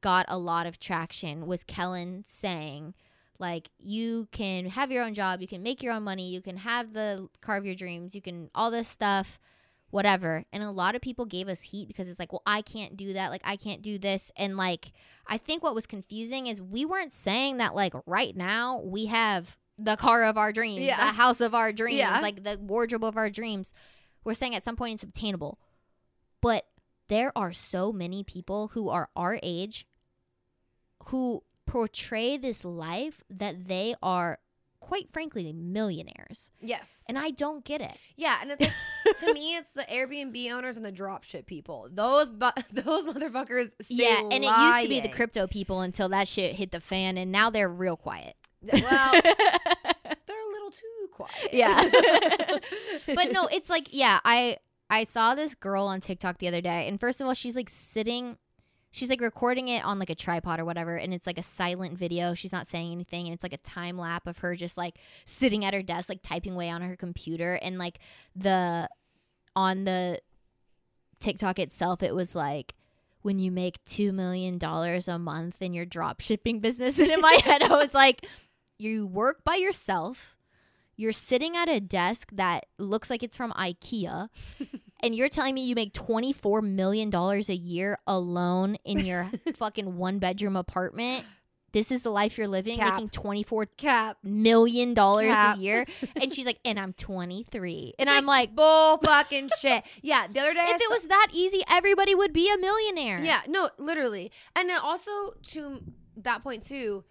Speaker 2: got a lot of traction was Kellen saying like you can have your own job, you can make your own money, you can have the carve your dreams, you can all this stuff whatever. And a lot of people gave us heat because it's like, well, I can't do that, like I can't do this and like I think what was confusing is we weren't saying that like right now we have the car of our dreams,
Speaker 1: Yeah.
Speaker 2: the house of our dreams,
Speaker 1: Yeah.
Speaker 2: like the wardrobe of our dreams. We're saying at some point it's obtainable. But there are so many people who are our age who portray this life that they are, quite frankly, millionaires.
Speaker 1: Yes.
Speaker 2: And I don't get it.
Speaker 1: Yeah, and it's like, to me, it's the Airbnb owners and the dropship people. Those bu- those motherfuckers. Stay
Speaker 2: yeah, and it used to be the
Speaker 1: lying.
Speaker 2: crypto people until that shit hit the fan, and now they're real quiet.
Speaker 1: Well, they're a little too quiet.
Speaker 2: Yeah. but no, it's like yeah, I I saw this girl on TikTok the other day, and first of all, she's like sitting, she's like recording it on like a tripod or whatever, and it's like a silent video. She's not saying anything, and it's like a time lapse of her just like sitting at her desk, like typing away on her computer, and like the on the TikTok itself, it was like. When you make two million dollars a month in your drop shipping business, and in my head I was like, "You work by yourself, you're sitting at a desk that looks like it's from IKEA, and you're telling me you make $24 million a year alone in your fucking one bedroom apartment. This is the life you're living,
Speaker 1: Cap.
Speaker 2: making $24
Speaker 1: Cap.
Speaker 2: million a
Speaker 1: Cap.
Speaker 2: year. And she's like, and I'm 23.
Speaker 1: It's
Speaker 2: And I'm like,
Speaker 1: bull fucking shit. Yeah, the other day I
Speaker 2: if it
Speaker 1: saw-
Speaker 2: was that easy, everybody would be a millionaire.
Speaker 1: Yeah, no, literally. And then also to that point too,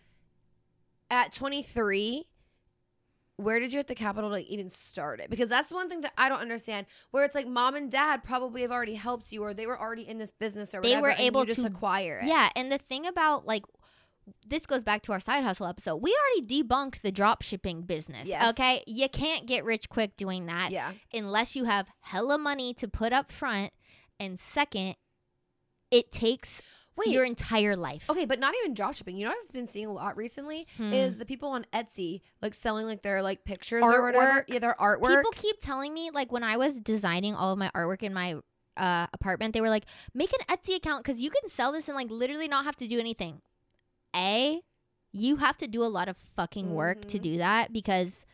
Speaker 1: at 23, where did you at the capital to like even start it? Because that's one thing that I don't understand. Where it's like mom and dad probably have already helped you, or they were already in this business, or
Speaker 2: They
Speaker 1: whatever,
Speaker 2: were
Speaker 1: and you
Speaker 2: able
Speaker 1: just
Speaker 2: to-
Speaker 1: acquire it.
Speaker 2: Yeah, and the thing about like this goes back to our side hustle episode. We already debunked the drop shipping business.
Speaker 1: Yes.
Speaker 2: Okay. You can't get rich quick doing that
Speaker 1: yeah,
Speaker 2: unless you have hella money to put up front. And second, it takes
Speaker 1: Wait.
Speaker 2: your entire life.
Speaker 1: Okay, but not even dropshipping. You know what I've been seeing a lot recently
Speaker 2: Hmm.
Speaker 1: is the people on Etsy like selling like their like pictures or
Speaker 2: Artwork.
Speaker 1: whatever. Yeah, their artwork.
Speaker 2: People keep telling me, like, when I was designing all of my artwork in my uh, apartment, they were like, make an Etsy account because you can sell this and, like, literally not have to do anything. A, you have to do a lot of fucking work to
Speaker 1: Mhm.
Speaker 2: do that because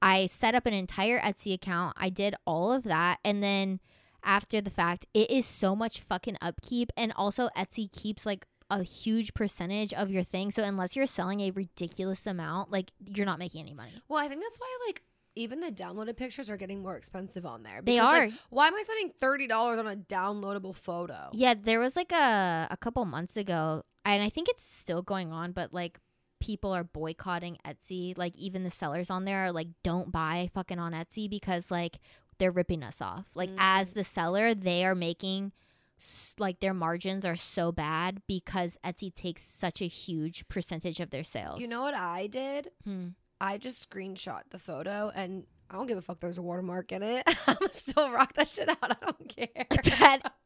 Speaker 2: I set up an entire Etsy account. I did all of that. And then after the fact, it is so much fucking upkeep. And also, Etsy keeps, like, a huge percentage of your thing. So, unless you're selling a ridiculous amount, like, you're not making any money.
Speaker 1: Well, I think that's why like even the downloaded pictures are getting more expensive on there.
Speaker 2: They
Speaker 1: Because, like,
Speaker 2: are.
Speaker 1: why am I spending thirty dollars on a downloadable photo?
Speaker 2: Yeah, there was like a a couple months ago, and I think it's still going on, but like people are boycotting Etsy. Like even the sellers on there are like, don't buy fucking on Etsy because like they're ripping us off. Like
Speaker 1: Mm.
Speaker 2: as the seller, they are making s- like their margins are so bad because Etsy takes such a huge percentage of their sales.
Speaker 1: You know what I did?
Speaker 2: Hmm.
Speaker 1: I just screenshot the photo and I don't give a fuck. There's a watermark in it. I'm gonna still rock that shit out. I don't care.
Speaker 2: that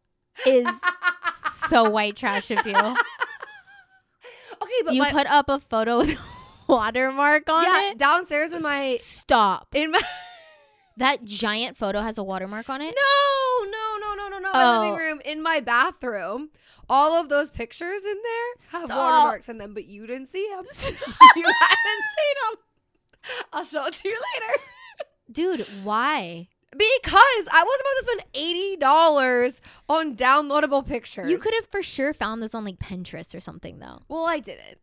Speaker 2: is so white trash of you.
Speaker 1: okay, but
Speaker 2: you
Speaker 1: my,
Speaker 2: put up a photo with watermark on
Speaker 1: yeah,
Speaker 2: it.
Speaker 1: downstairs in my
Speaker 2: Stop.
Speaker 1: in my
Speaker 2: That giant photo has a watermark on it.
Speaker 1: no no no no no no my
Speaker 2: Oh.
Speaker 1: living room in my bathroom. All of those pictures in there have
Speaker 2: Stop.
Speaker 1: watermarks in them, but you didn't see them. you haven't seen them. I'll show it to you later.
Speaker 2: Dude, why?
Speaker 1: Because I was about to spend eighty dollars on downloadable pictures.
Speaker 2: You could have for sure found those on like Pinterest or something though.
Speaker 1: Well, I didn't.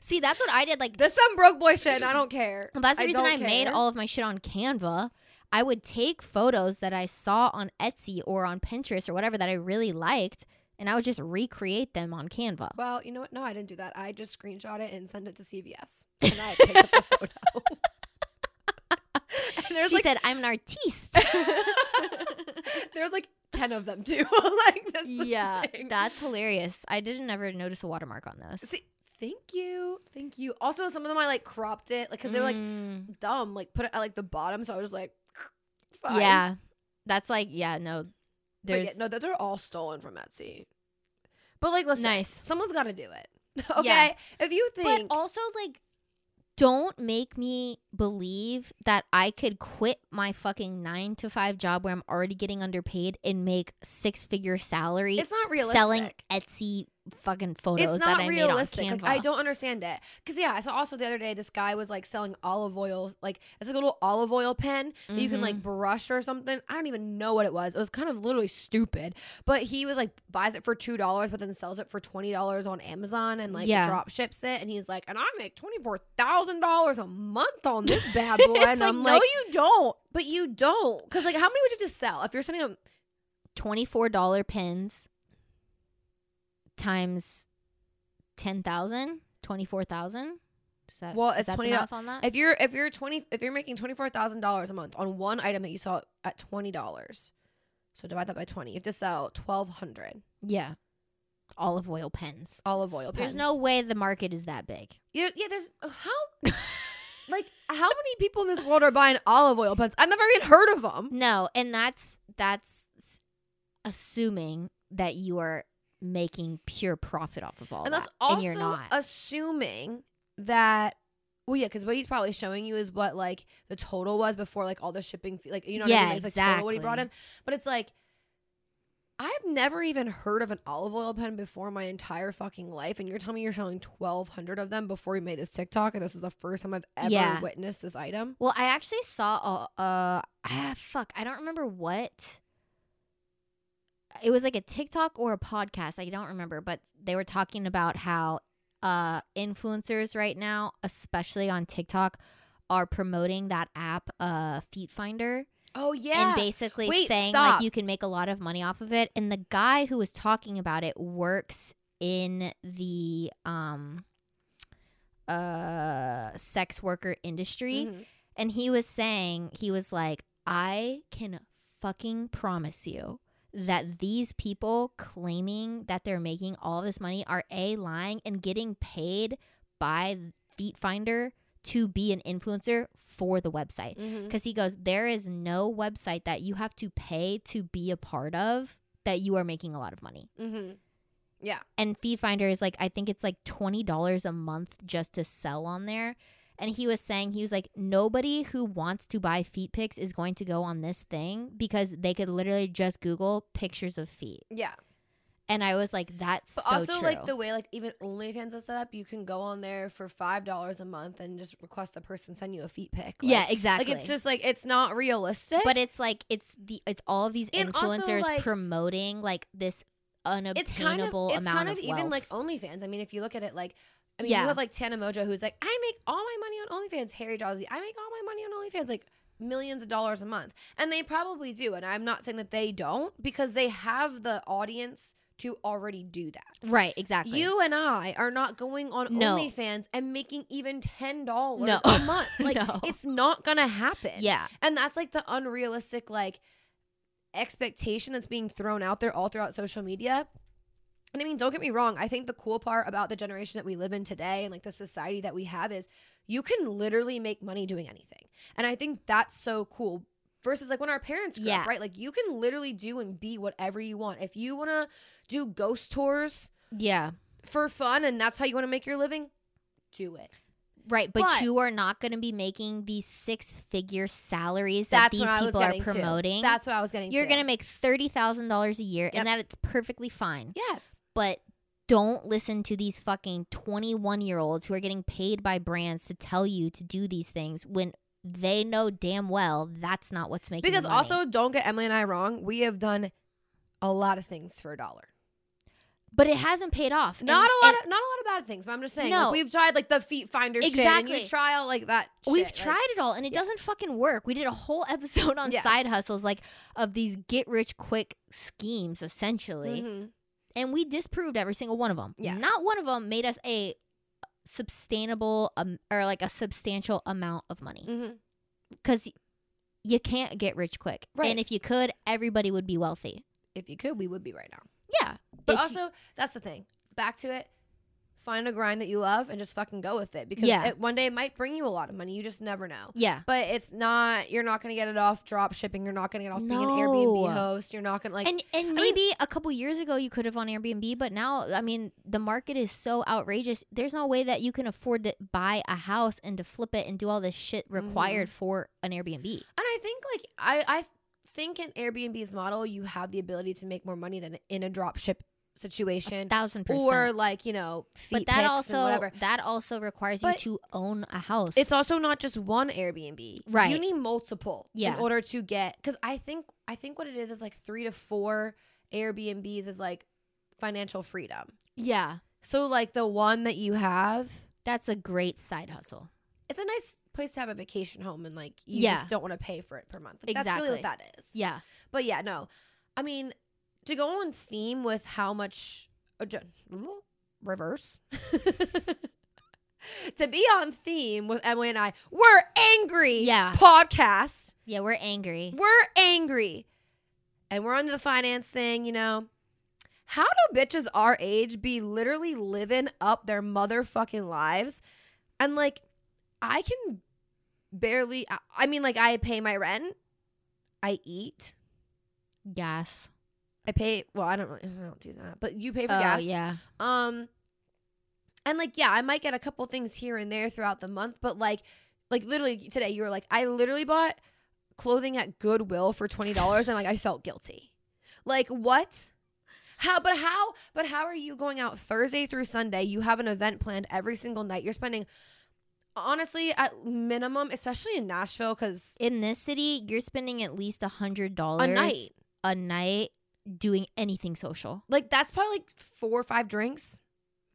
Speaker 2: See, that's what I did. Like
Speaker 1: This some broke boy shit, and I don't care.
Speaker 2: that's the reason
Speaker 1: don't
Speaker 2: I made
Speaker 1: care.
Speaker 2: all of my shit on Canva. I would take photos that I saw on Etsy or on Pinterest or whatever that I really liked, and I would just recreate them on Canva.
Speaker 1: Well, you know what? No, I didn't do that. I just screenshot it and sent it to CVS, and I picked up the photo. and there's
Speaker 2: She
Speaker 1: like
Speaker 2: said, "I'm an artiste."
Speaker 1: there's like ten of them too. like that's the
Speaker 2: yeah,
Speaker 1: thing.
Speaker 2: that's hilarious. I didn't ever notice a watermark on those.
Speaker 1: See, thank you, thank you. Also, some of them I like cropped it, like because they were like
Speaker 2: Mm.
Speaker 1: dumb, like put it at like the bottom. So I was like, fine.
Speaker 2: yeah, that's like yeah, no,
Speaker 1: But
Speaker 2: there's
Speaker 1: yeah, no, those are all stolen from Etsy. But like, listen,
Speaker 2: Nice.
Speaker 1: someone's got to do it. okay,
Speaker 2: Yeah.
Speaker 1: if you think,
Speaker 2: But also, like, don't make me believe that I could quit my fucking nine to five job where I'm already getting underpaid and make six figure salary
Speaker 1: it's not realistic.
Speaker 2: selling Etsy fucking photos
Speaker 1: it's
Speaker 2: that
Speaker 1: not
Speaker 2: I
Speaker 1: realistic.
Speaker 2: made on
Speaker 1: Like,
Speaker 2: Canva.
Speaker 1: I don't understand it. Cause yeah, so also the other day this guy was like selling olive oil, like it's like a little olive oil pen that you can like
Speaker 2: Mm-hmm.
Speaker 1: brush or something. I don't even know what it was. It was kind of literally stupid. But he was like buys it for two dollars, but then sells it for twenty dollars on Amazon and like
Speaker 2: Yeah.
Speaker 1: drop ships it. And he's like, and I make twenty four thousand dollars a month on this bad boy. and I'm like,
Speaker 2: you don't.
Speaker 1: But you don't, because like, how many would you just sell if you're sending them?
Speaker 2: Twenty four dollar pins. times 10,000, 24,000. Is that,
Speaker 1: Well,
Speaker 2: is
Speaker 1: it's
Speaker 2: that the
Speaker 1: 20
Speaker 2: math on that?
Speaker 1: If you're if you're twenty if you're making twenty four thousand dollars a month on one item that you sell at twenty dollars, so divide that by twenty. You have to sell twelve hundred
Speaker 2: yeah. Olive oil pens.
Speaker 1: olive oil.
Speaker 2: There's no
Speaker 1: pens.
Speaker 2: way the market is that big.
Speaker 1: Yeah, yeah, there's uh, how like how many people in this world are buying olive oil pens? I've never even heard of them.
Speaker 2: No, and that's that's s- assuming that you are making pure profit off of all
Speaker 1: and
Speaker 2: that,
Speaker 1: that's also
Speaker 2: and you're not.
Speaker 1: assuming that well yeah because what he's probably showing you is what like the total was before like all the shipping fee like you know what I
Speaker 2: Yeah,
Speaker 1: mean? It's, like total what he brought in
Speaker 2: exactly.
Speaker 1: but it's like i've never even heard of an olive oil pen before in my entire fucking life and you're telling me you're selling 1200 of them before you made this tiktok and this is the first time i've ever
Speaker 2: Yeah.
Speaker 1: witnessed this item
Speaker 2: Well, I actually saw a uh ah, fuck, I don't remember what. It was like a TikTok or a podcast. I don't remember, but they were talking about how uh influencers right now, especially on TikTok, are promoting that app, uh Feet Finder,
Speaker 1: oh yeah
Speaker 2: and basically
Speaker 1: Wait,
Speaker 2: saying
Speaker 1: stop.
Speaker 2: like you can make a lot of money off of it. And the guy who was talking about it works in the um uh sex worker industry
Speaker 1: Mhm.
Speaker 2: and he was saying he was like i can fucking promise you that these people claiming that they're making all this money are a lying and getting paid by feet finder to be an influencer for the website
Speaker 1: Mhm.
Speaker 2: because he goes there is no website that you have to pay to be a part of that you are making a lot of money
Speaker 1: Mhm. yeah
Speaker 2: and Fee Finder is like I think it's like twenty dollars a month just to sell on there. And he was saying he was like nobody who wants to buy feet pics is going to go on this thing because they could literally just Google pictures of feet.
Speaker 1: yeah
Speaker 2: And I was like, that's
Speaker 1: But
Speaker 2: so
Speaker 1: also,
Speaker 2: true.
Speaker 1: like the way like even OnlyFans is set up, you can go on there for five dollars a month and just request the person send you a feet pic. Like,
Speaker 2: yeah, exactly.
Speaker 1: like it's just like it's not realistic.
Speaker 2: but it's like it's the it's all of these
Speaker 1: And also,
Speaker 2: influencers
Speaker 1: like,
Speaker 2: promoting like this unobtainable
Speaker 1: it's kind of it's
Speaker 2: amount
Speaker 1: kind of,
Speaker 2: of
Speaker 1: even
Speaker 2: wealth.
Speaker 1: like OnlyFans. I mean, if you look at it, like I mean,
Speaker 2: Yeah.
Speaker 1: you have like Tana Mojo who's like, I make all my money on OnlyFans. Harry Jowsey, I make all my money on OnlyFans. Like millions of dollars a month, and they probably do. And I'm not saying that they don't because they have the audience to already do that.
Speaker 2: right, exactly.
Speaker 1: You and I are not going on
Speaker 2: No.
Speaker 1: OnlyFans and making even ten dollars
Speaker 2: No.
Speaker 1: a month. Like
Speaker 2: No.
Speaker 1: it's not gonna happen.
Speaker 2: yeah,
Speaker 1: And that's like the unrealistic like expectation that's being thrown out there all throughout social media. And I mean, don't get me wrong, I think the cool part about the generation that we live in today and like the society that we have is you can literally make money doing anything. And I think that's so cool. Versus like when our parents grew
Speaker 2: Yeah.
Speaker 1: up, right? Like you can literally do and be whatever you want. If you wanna do ghost tours
Speaker 2: yeah.
Speaker 1: for fun and that's how you want to make your living, do it.
Speaker 2: Right, but,
Speaker 1: But-
Speaker 2: you are not going to be making these six-figure salaries that
Speaker 1: That's
Speaker 2: these
Speaker 1: what I was
Speaker 2: people are
Speaker 1: getting to.
Speaker 2: promoting.
Speaker 1: That's what I was getting.
Speaker 2: You're going to make $30,000 a year
Speaker 1: Yep.
Speaker 2: and that it's perfectly fine.
Speaker 1: yes,
Speaker 2: But don't listen to these fucking 21-year-olds who are getting paid by brands to tell you to do these things when they know damn well that's not what's making
Speaker 1: because
Speaker 2: the money.
Speaker 1: also don't get Emily and I wrong. We have done a lot of things for a dollar.
Speaker 2: but it hasn't paid off. And-
Speaker 1: Not a lot,
Speaker 2: and
Speaker 1: of, not a lot of bad things. But I'm just saying,
Speaker 2: No.
Speaker 1: like, we've tried like the feet finder shit, and
Speaker 2: Exactly.
Speaker 1: you try out like that.
Speaker 2: We've
Speaker 1: shit, like-
Speaker 2: tried it all and it
Speaker 1: yeah.
Speaker 2: doesn't fucking work. We did a whole episode on
Speaker 1: Yes.
Speaker 2: side hustles like of these get rich quick schemes essentially.
Speaker 1: Mhm.
Speaker 2: and we disproved every single one of them.
Speaker 1: Yes.
Speaker 2: Not one of them made us a sustainable um, or like a substantial amount of money
Speaker 1: Mhm.
Speaker 2: because you can't get rich quick.
Speaker 1: Right.
Speaker 2: And if you could, everybody would be wealthy.
Speaker 1: If you could, we would be right now.
Speaker 2: Yeah.
Speaker 1: But
Speaker 2: If you-
Speaker 1: also, that's the thing. Back to it. Find a grind that you love and just fucking go with it because
Speaker 2: Yeah.
Speaker 1: it, one day it might bring you a lot of money. You just never know.
Speaker 2: yeah.
Speaker 1: But it's not. You're not gonna get it off drop shipping. You're not gonna get it off being an
Speaker 2: No.
Speaker 1: Airbnb host. You're not gonna like.
Speaker 2: and and
Speaker 1: mean-
Speaker 2: maybe a couple years ago you could have on Airbnb, but now I mean the market is so outrageous. There's no way that you can afford to buy a house and to flip it and do all this shit required
Speaker 1: Mm-hmm.
Speaker 2: for an Airbnb.
Speaker 1: And I think like I I think in Airbnb's model you have the ability to make more money than in a drop ship situation
Speaker 2: Thousand percent.
Speaker 1: or like you know feet
Speaker 2: but that
Speaker 1: pics
Speaker 2: also
Speaker 1: and whatever.
Speaker 2: that also requires
Speaker 1: But-
Speaker 2: you to own a house.
Speaker 1: It's also not just one Airbnb.
Speaker 2: Right.
Speaker 1: You need multiple
Speaker 2: Yeah.
Speaker 1: in order to get cuz I think I think what it is is like 3 to 4 Airbnbs is like financial freedom.
Speaker 2: yeah,
Speaker 1: So like the one that you have
Speaker 2: that's a great side hustle.
Speaker 1: it's a nice place to have a vacation home and like you
Speaker 2: Yeah.
Speaker 1: just don't want to pay for it per month. Like, That's really what that is.
Speaker 2: Yeah,
Speaker 1: But yeah, no. I mean, to go on theme with how much uh, ju- reverse. to be on theme with Emily and I, we're angry.
Speaker 2: Yeah.
Speaker 1: Podcast.
Speaker 2: Yeah, we're angry.
Speaker 1: We're angry. And we're on the finance thing, you know. How do bitches our age be literally living up their motherfucking lives? And like, I can barely, I- I mean, like, I pay my rent, I eat,
Speaker 2: Gas.
Speaker 1: I pay, well, I don't, really- I don't do that, but you pay for
Speaker 2: Oh,
Speaker 1: gas.
Speaker 2: yeah.
Speaker 1: Um and like yeah, I might get a couple things here and there throughout the month, but like like literally today you were like I literally bought clothing at Goodwill for $20 and like I felt guilty. Like what? How but how but how are you going out Thursday through Sunday? You have an event planned every single night. You're spending honestly at minimum, especially in Nashville cuz
Speaker 2: In this city, you're spending at least a hundred dollars
Speaker 1: a night.
Speaker 2: a night doing anything social.
Speaker 1: Like that's probably like 4 or 5 drinks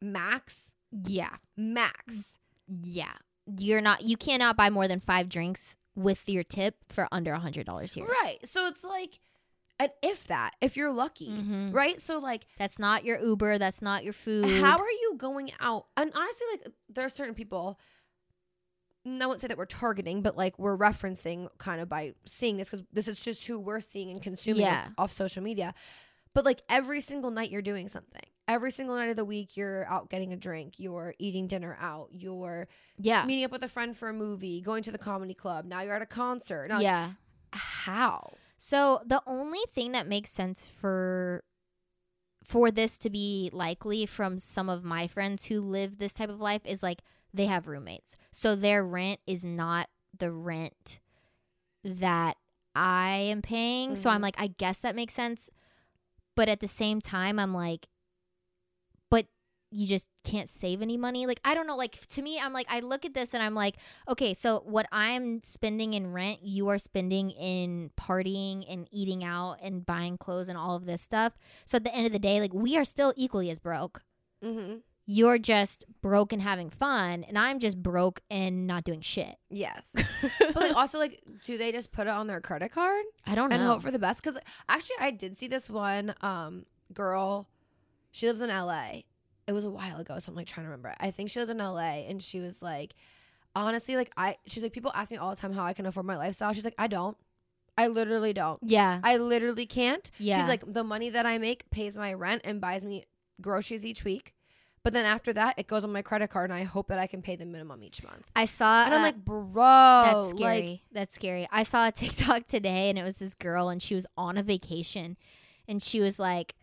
Speaker 1: max,
Speaker 2: Yeah.
Speaker 1: max.
Speaker 2: Yeah. You're not you cannot buy more than five drinks with your tip for under a hundred dollars here.
Speaker 1: Right. So it's like, and if that, if you're lucky,
Speaker 2: Mhm.
Speaker 1: right? So like,
Speaker 2: That's not your Uber, that's not your food.
Speaker 1: how are you going out? And honestly, like, there are certain people. and I wouldn't say that we're targeting, but like we're referencing kind of by seeing this because this is just who we're seeing and consuming
Speaker 2: Yeah.
Speaker 1: off social media. But like every single night, you're doing something. Every single night of the week, you're out getting a drink, you're eating dinner out, you're
Speaker 2: Yeah.
Speaker 1: meeting up with a friend for a movie, going to the comedy club. Now you're at a concert. Now, yeah.
Speaker 2: yeah.
Speaker 1: how?
Speaker 2: So the only thing that makes sense for for this to be likely from some of my friends who live this type of life is like they have roommates. So their rent is not the rent that I am paying. So I'm
Speaker 1: Mhm.
Speaker 2: like I guess that makes sense. But at the same time I'm like but you just can't save any money. Like I don't know like to me I'm like I look at this and I'm like Okay, so what I'm spending in rent, you are spending in partying and eating out and buying clothes and all of this stuff. So at the end of the day, like we are still equally as broke.
Speaker 1: Mm-hmm.
Speaker 2: You're just broke and having fun, and I'm just broke and not doing shit.
Speaker 1: Yes. but like also like do they just put it on their credit card
Speaker 2: I don't know.
Speaker 1: and hope for the best cuz actually I did see this one um girl she lives in LA. It was a while ago so I'm like trying to remember. I think she lives in LA and she was like honestly like I she's like people ask me all the time how I can afford my lifestyle. She's like I don't. I literally don't.
Speaker 2: yeah,
Speaker 1: I literally can't.
Speaker 2: yeah.
Speaker 1: She's like the money that I make pays my rent and buys me groceries each week. But then after that, it goes on my credit card, and I hope that I can pay the minimum each month.
Speaker 2: I saw.
Speaker 1: And I'm
Speaker 2: uh,
Speaker 1: like, bro,
Speaker 2: That's
Speaker 1: Oh, like,
Speaker 2: scary. That's scary. I saw a TikTok today and it was this girl and she was on a vacation and she was like,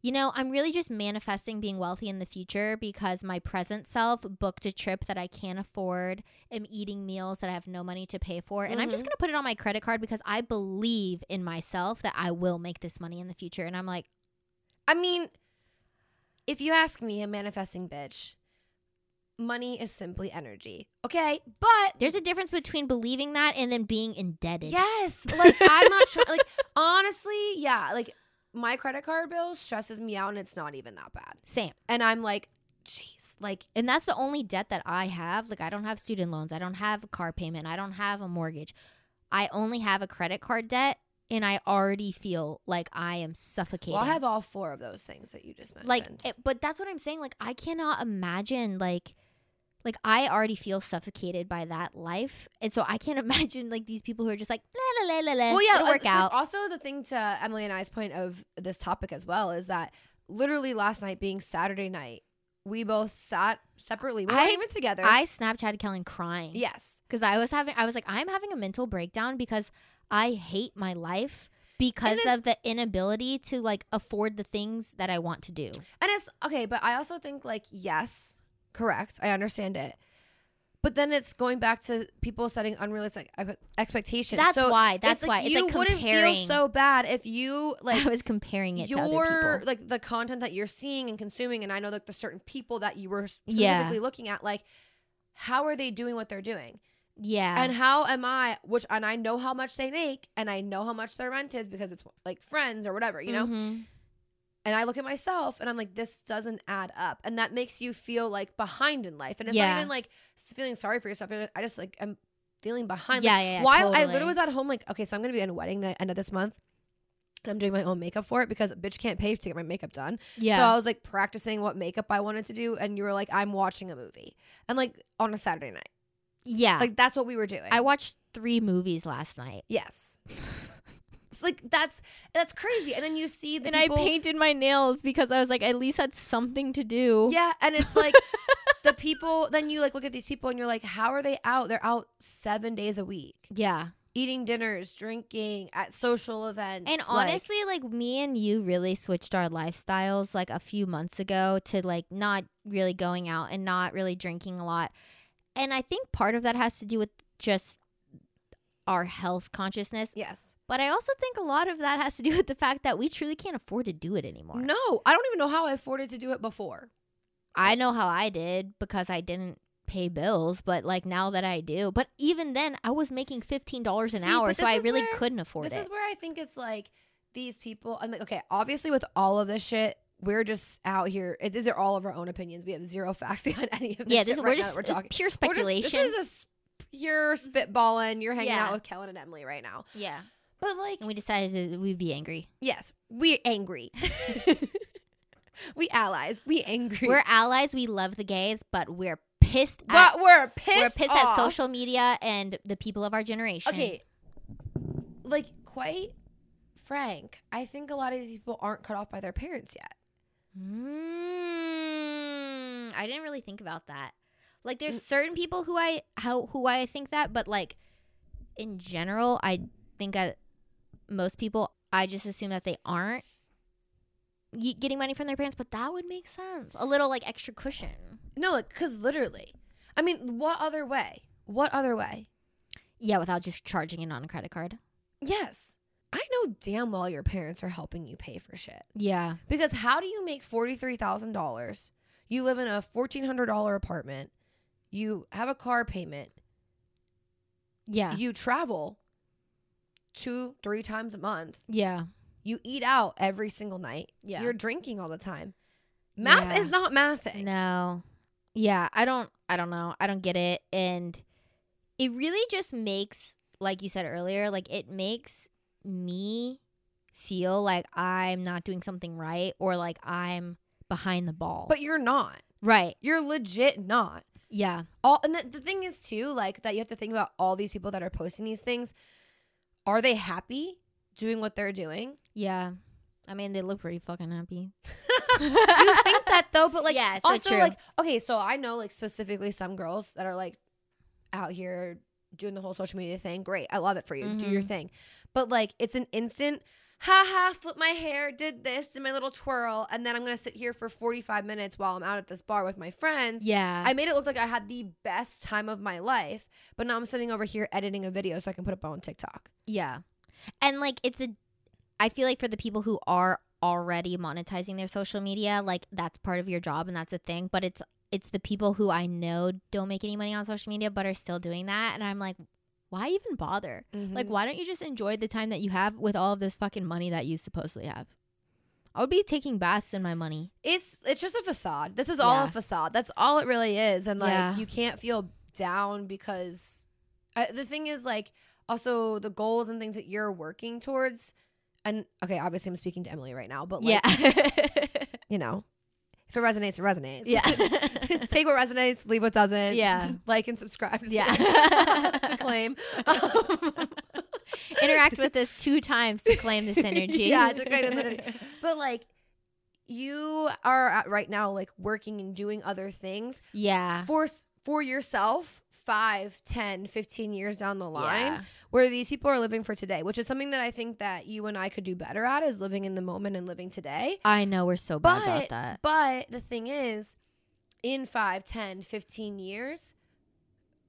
Speaker 2: you know, I'm really just manifesting being wealthy in the future because my present self booked a trip that I can't afford, am eating meals that I have no money to pay for, and I'm just
Speaker 1: Mm-hmm.
Speaker 2: going to put it on my credit card because I believe in myself that I will make this money in the future. And I'm like,
Speaker 1: I mean, if you ask me, a manifesting bitch, money is simply energy. Okay, but
Speaker 2: there's a difference between believing that and then being indebted.
Speaker 1: yes, like I'm not trying. Like honestly, yeah, like my credit card bill stresses me out, and it's not even that bad.
Speaker 2: Same.
Speaker 1: And I'm like, jeez, like
Speaker 2: and that's the only debt that I have. Like I don't have student loans, I don't have a car payment, I don't have a mortgage. I only have a credit card debt and I already feel like I am suffocating.
Speaker 1: well, I have all four of those things that you just mentioned.
Speaker 2: like it, but that's what I'm saying like I cannot imagine like like I already feel suffocated by that life. And so I can't imagine like these people who are just like la la la la la
Speaker 1: well, yeah,
Speaker 2: it'll work
Speaker 1: uh, so
Speaker 2: out.
Speaker 1: Also, the thing to Emily and I's point of this topic as well is that literally last night being Saturday night, we both sat separately. We weren't
Speaker 2: I-
Speaker 1: even together.
Speaker 2: I Snapchatted Kellen crying.
Speaker 1: yes,
Speaker 2: Cuz I was having I was like I'm having a mental breakdown because I hate my life because
Speaker 1: it's-
Speaker 2: of the inability to like afford the things that I want to do.
Speaker 1: and it's okay, but I also think like yes, correct. I understand it. But then it's going back to people setting unrealistic ex- expectations.
Speaker 2: That's
Speaker 1: So
Speaker 2: why.
Speaker 1: it's
Speaker 2: That's why. It's
Speaker 1: you
Speaker 2: like
Speaker 1: wouldn't
Speaker 2: comparing.
Speaker 1: feel so bad if you like
Speaker 2: I was comparing it to other
Speaker 1: your
Speaker 2: people.
Speaker 1: like the content that you're seeing and consuming and i know like the certain people that you were
Speaker 2: Yeah.
Speaker 1: specifically looking at like how are they doing what they're doing
Speaker 2: Yeah.
Speaker 1: and how am i which and i know how much they make and i know how much their rent is because it's like friends or whatever you know
Speaker 2: Mhm.
Speaker 1: and i look at myself and i'm like this doesn't add up and that makes you feel like behind in life and it's
Speaker 2: Yeah.
Speaker 1: not even like s- feeling sorry for yourself i just like am feeling behind Like,
Speaker 2: Yeah, yeah, yeah,
Speaker 1: while I
Speaker 2: totally.
Speaker 1: literally was at home, like, okay, so I'm gonna be in a wedding the end of this month. And I'm doing my own makeup for it because a bitch can't pay to get my makeup done.
Speaker 2: Yeah.
Speaker 1: So I was like practicing what makeup I wanted to do, and you were like, "I'm watching a movie," and like on a Saturday night,
Speaker 2: yeah.
Speaker 1: like that's what we were doing.
Speaker 2: I watched three movies last night.
Speaker 1: yes. It's like that's that's crazy. And then you see the
Speaker 2: And
Speaker 1: people,
Speaker 2: I painted my nails because I was like, at least had something to do.
Speaker 1: Yeah, and it's like the people. Then you like look at these people, and you're like, "How are they out? They're out seven days a week,
Speaker 2: Yeah.
Speaker 1: eating dinners, drinking at social events."
Speaker 2: And
Speaker 1: like-
Speaker 2: honestly, like me and you really switched our lifestyles like a few months ago to like not really going out and not really drinking a lot. And I think part of that has to do with just our health consciousness.
Speaker 1: yes.
Speaker 2: But I also think a lot of that has to do with the fact that we truly can't afford to do it anymore.
Speaker 1: No, I don't even know how I afforded to do it before.
Speaker 2: I know how I did because I didn't pay bills, but like now that I do, but even then I was making $15 an
Speaker 1: See,
Speaker 2: hour,
Speaker 1: but
Speaker 2: so
Speaker 1: this
Speaker 2: I
Speaker 1: is
Speaker 2: really
Speaker 1: where-
Speaker 2: couldn't afford
Speaker 1: this
Speaker 2: it.
Speaker 1: is where I think it's like these people. I'm like, okay, obviously with all of this shit, we're just out here. It, these are all of our own opinions. We have zero facts behind any of this.
Speaker 2: yeah, this
Speaker 1: shit
Speaker 2: we're
Speaker 1: right now
Speaker 2: just
Speaker 1: that
Speaker 2: it's
Speaker 1: talking. We're
Speaker 2: pure
Speaker 1: just-
Speaker 2: speculation.
Speaker 1: this is a s- pure spitballing. You're hanging
Speaker 2: Yeah.
Speaker 1: out with Kellen and Emily right now,
Speaker 2: yeah.
Speaker 1: but like,
Speaker 2: And we decided that we'd be angry.
Speaker 1: yes, we're angry. we allies. We angry.
Speaker 2: We're allies. We love the gays, but we're pissed at
Speaker 1: but we're pissed.
Speaker 2: we're pissed
Speaker 1: off.
Speaker 2: at social media and the people of our generation.
Speaker 1: Okay. Like, quite frank, I think a lot of these people aren't cut off by their parents yet.
Speaker 2: Mm, I didn't really think about that. Like, there's certain people who I how who I think that, but like in general, I think I most people I just assume that they aren't y- getting money from their parents. But that would make sense. A little like extra cushion.
Speaker 1: No, like, cause literally, I mean, what other way? What other way?
Speaker 2: Yeah, without just charging it on a credit card.
Speaker 1: Yes, I know damn well your parents are helping you pay for shit.
Speaker 2: Yeah.
Speaker 1: Because how do you make forty three thousand dollars? You live in a fourteen hundred dollar apartment. You have a car payment.
Speaker 2: Yeah.
Speaker 1: You travel two, three times a month.
Speaker 2: yeah.
Speaker 1: You eat out every single night.
Speaker 2: Yeah.
Speaker 1: You're drinking all the time. Math
Speaker 2: Yeah.
Speaker 1: is not mathing.
Speaker 2: No. Yeah, I don't I don't know. I don't get it and it really just makes like you said earlier, like it makes me feel like I'm not doing something right or like I'm behind the ball.
Speaker 1: But you're not.
Speaker 2: right.
Speaker 1: You're legit not.
Speaker 2: Yeah.
Speaker 1: all and the, the thing is too like that you have to think about all these people that are posting these things are they happy doing what they're doing
Speaker 2: Yeah. I mean, they look pretty fucking happy.
Speaker 1: you think that though but like
Speaker 2: Yeah, so
Speaker 1: also
Speaker 2: true.
Speaker 1: like okay so i know like specifically some girls that are like out here doing the whole social media thing great i love it for you do
Speaker 2: Mm-hmm.
Speaker 1: your thing but like it's an instant ha ha flip my hair did this did my little twirl and then i'm gonna sit here for 45 minutes while i'm out at this bar with my friends
Speaker 2: Yeah.
Speaker 1: I made it look like I had the best time of my life, but now I'm sitting over here editing a video so I can put it up on TikTok.
Speaker 2: Yeah. And like it's a I feel like for the people who are already monetizing their social media, like that's part of your job and that's a thing, but it's it's the people who I know don't make any money on social media but are still doing that and I'm like why even bother? Like
Speaker 1: Mm.
Speaker 2: why don't you just enjoy the time that you have with all of this fucking money that you supposedly have? I would be taking baths in my money.
Speaker 1: it's it's just a facade. This is all a
Speaker 2: Yeah.
Speaker 1: facade. That's all it really is. And like
Speaker 2: Yeah.
Speaker 1: you can't feel down because I, the thing is like also the goals and things that you're working towards. And okay, obviously I'm speaking to Emily right now, but like you know, if it resonates, it resonates.
Speaker 2: yeah.
Speaker 1: Take what resonates, leave what doesn't.
Speaker 2: Yeah.
Speaker 1: like and subscribe. Just
Speaker 2: Yeah.
Speaker 1: kidding. That's a claim. Um,
Speaker 2: Interact with us two times to claim this energy.
Speaker 1: Yeah, to claim this energy. but like you are at right now like working and doing other things
Speaker 2: Yeah.
Speaker 1: for s- for yourself Five, ten, fifteen years down the line
Speaker 2: Yeah.
Speaker 1: where these people are living for today which is something that i think that you and i could do better at is living in the moment and living today
Speaker 2: I know we're so bad about that.
Speaker 1: but the thing is in five, ten, fifteen years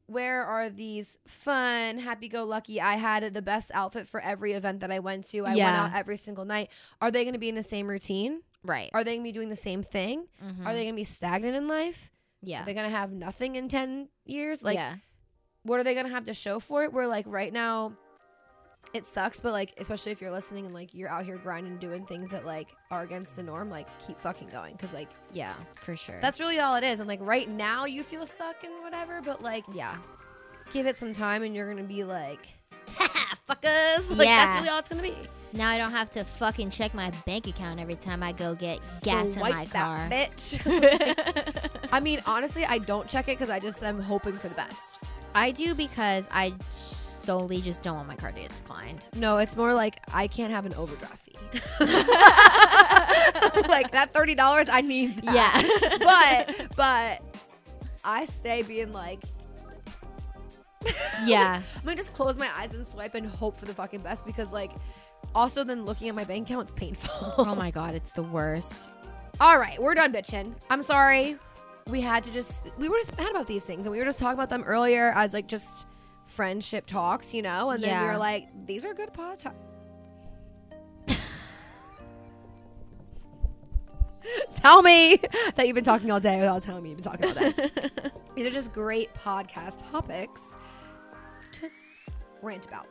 Speaker 1: where are these fun happy-go-lucky i had the best outfit for every event that i went to i
Speaker 2: Yeah.
Speaker 1: went out every single night are they going to be in the same routine
Speaker 2: Right.
Speaker 1: are they going to be doing the same thing are they going to be stagnant in life
Speaker 2: Mm-hmm. Yeah.
Speaker 1: are they going to have nothing in 10 years like
Speaker 2: yeah.
Speaker 1: what are they gonna have to show for it? Where like right now, it sucks, but like especially if you're listening and like you're out here grinding, doing things that like are against the norm, like keep fucking going, cause like
Speaker 2: Yeah. For sure.
Speaker 1: that's really all it is. And like right now, you feel stuck and whatever, but like
Speaker 2: yeah.
Speaker 1: give it some time and you're gonna be like, "Ha ha, fuckers, like that's
Speaker 2: Yeah.
Speaker 1: really all it's gonna be.
Speaker 2: Now I don't have to fucking check my bank account every time I go get gas in
Speaker 1: Swipe
Speaker 2: my
Speaker 1: that
Speaker 2: car.
Speaker 1: bitch. I mean, honestly, I don't check it because I just am hoping for the best.
Speaker 2: I do because I solely just don't want my card to get declined.
Speaker 1: No, it's more like I can't have an overdraft fee. like that thirty dollars, I need. That.
Speaker 2: Yeah.
Speaker 1: but but I stay being like,
Speaker 2: yeah.
Speaker 1: I'm gonna just close my eyes and swipe and hope for the fucking best because like. Also, then looking at my bank account, it's painful.
Speaker 2: Oh my god, it's the worst.
Speaker 1: All right, we're done bitching. I'm sorry. We had to just we were just mad about these things and we were just talking about them earlier as like just friendship talks, you know? And then we
Speaker 2: Yeah.
Speaker 1: were like, these are good pod talk. Tell me that you've been talking all day without telling me you've been talking all day. these are just great podcast topics to rant about.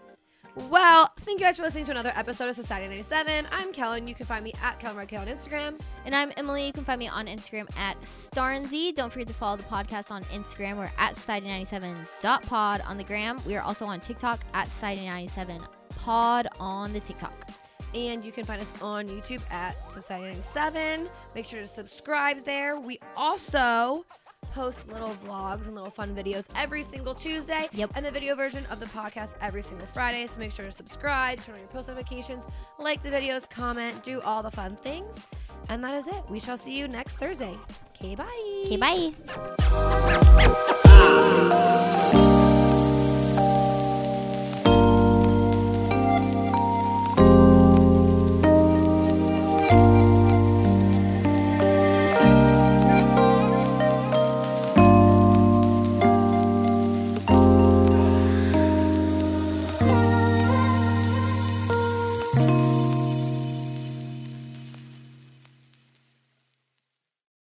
Speaker 1: Well, thank you guys for listening to another episode of Society 97. I'm Kellen. You can find me at Kellen Red K on Instagram.
Speaker 2: And I'm Emily. You can find me on Instagram at Starnzy. Don't forget to follow the podcast on Instagram. We're at Society97.pod on the gram. We are also on TikTok at Society97pod on the TikTok.
Speaker 1: And you can find us on YouTube at Society97. Make sure to subscribe there. We also post little vlogs and little fun videos every single Tuesday.
Speaker 2: Yep.
Speaker 1: And the video version of the podcast every single Friday. So make sure to subscribe, turn on your post notifications, like the videos, comment, do all the fun things. And that is it. We shall see you next Thursday. Okay, bye.
Speaker 2: Okay, bye.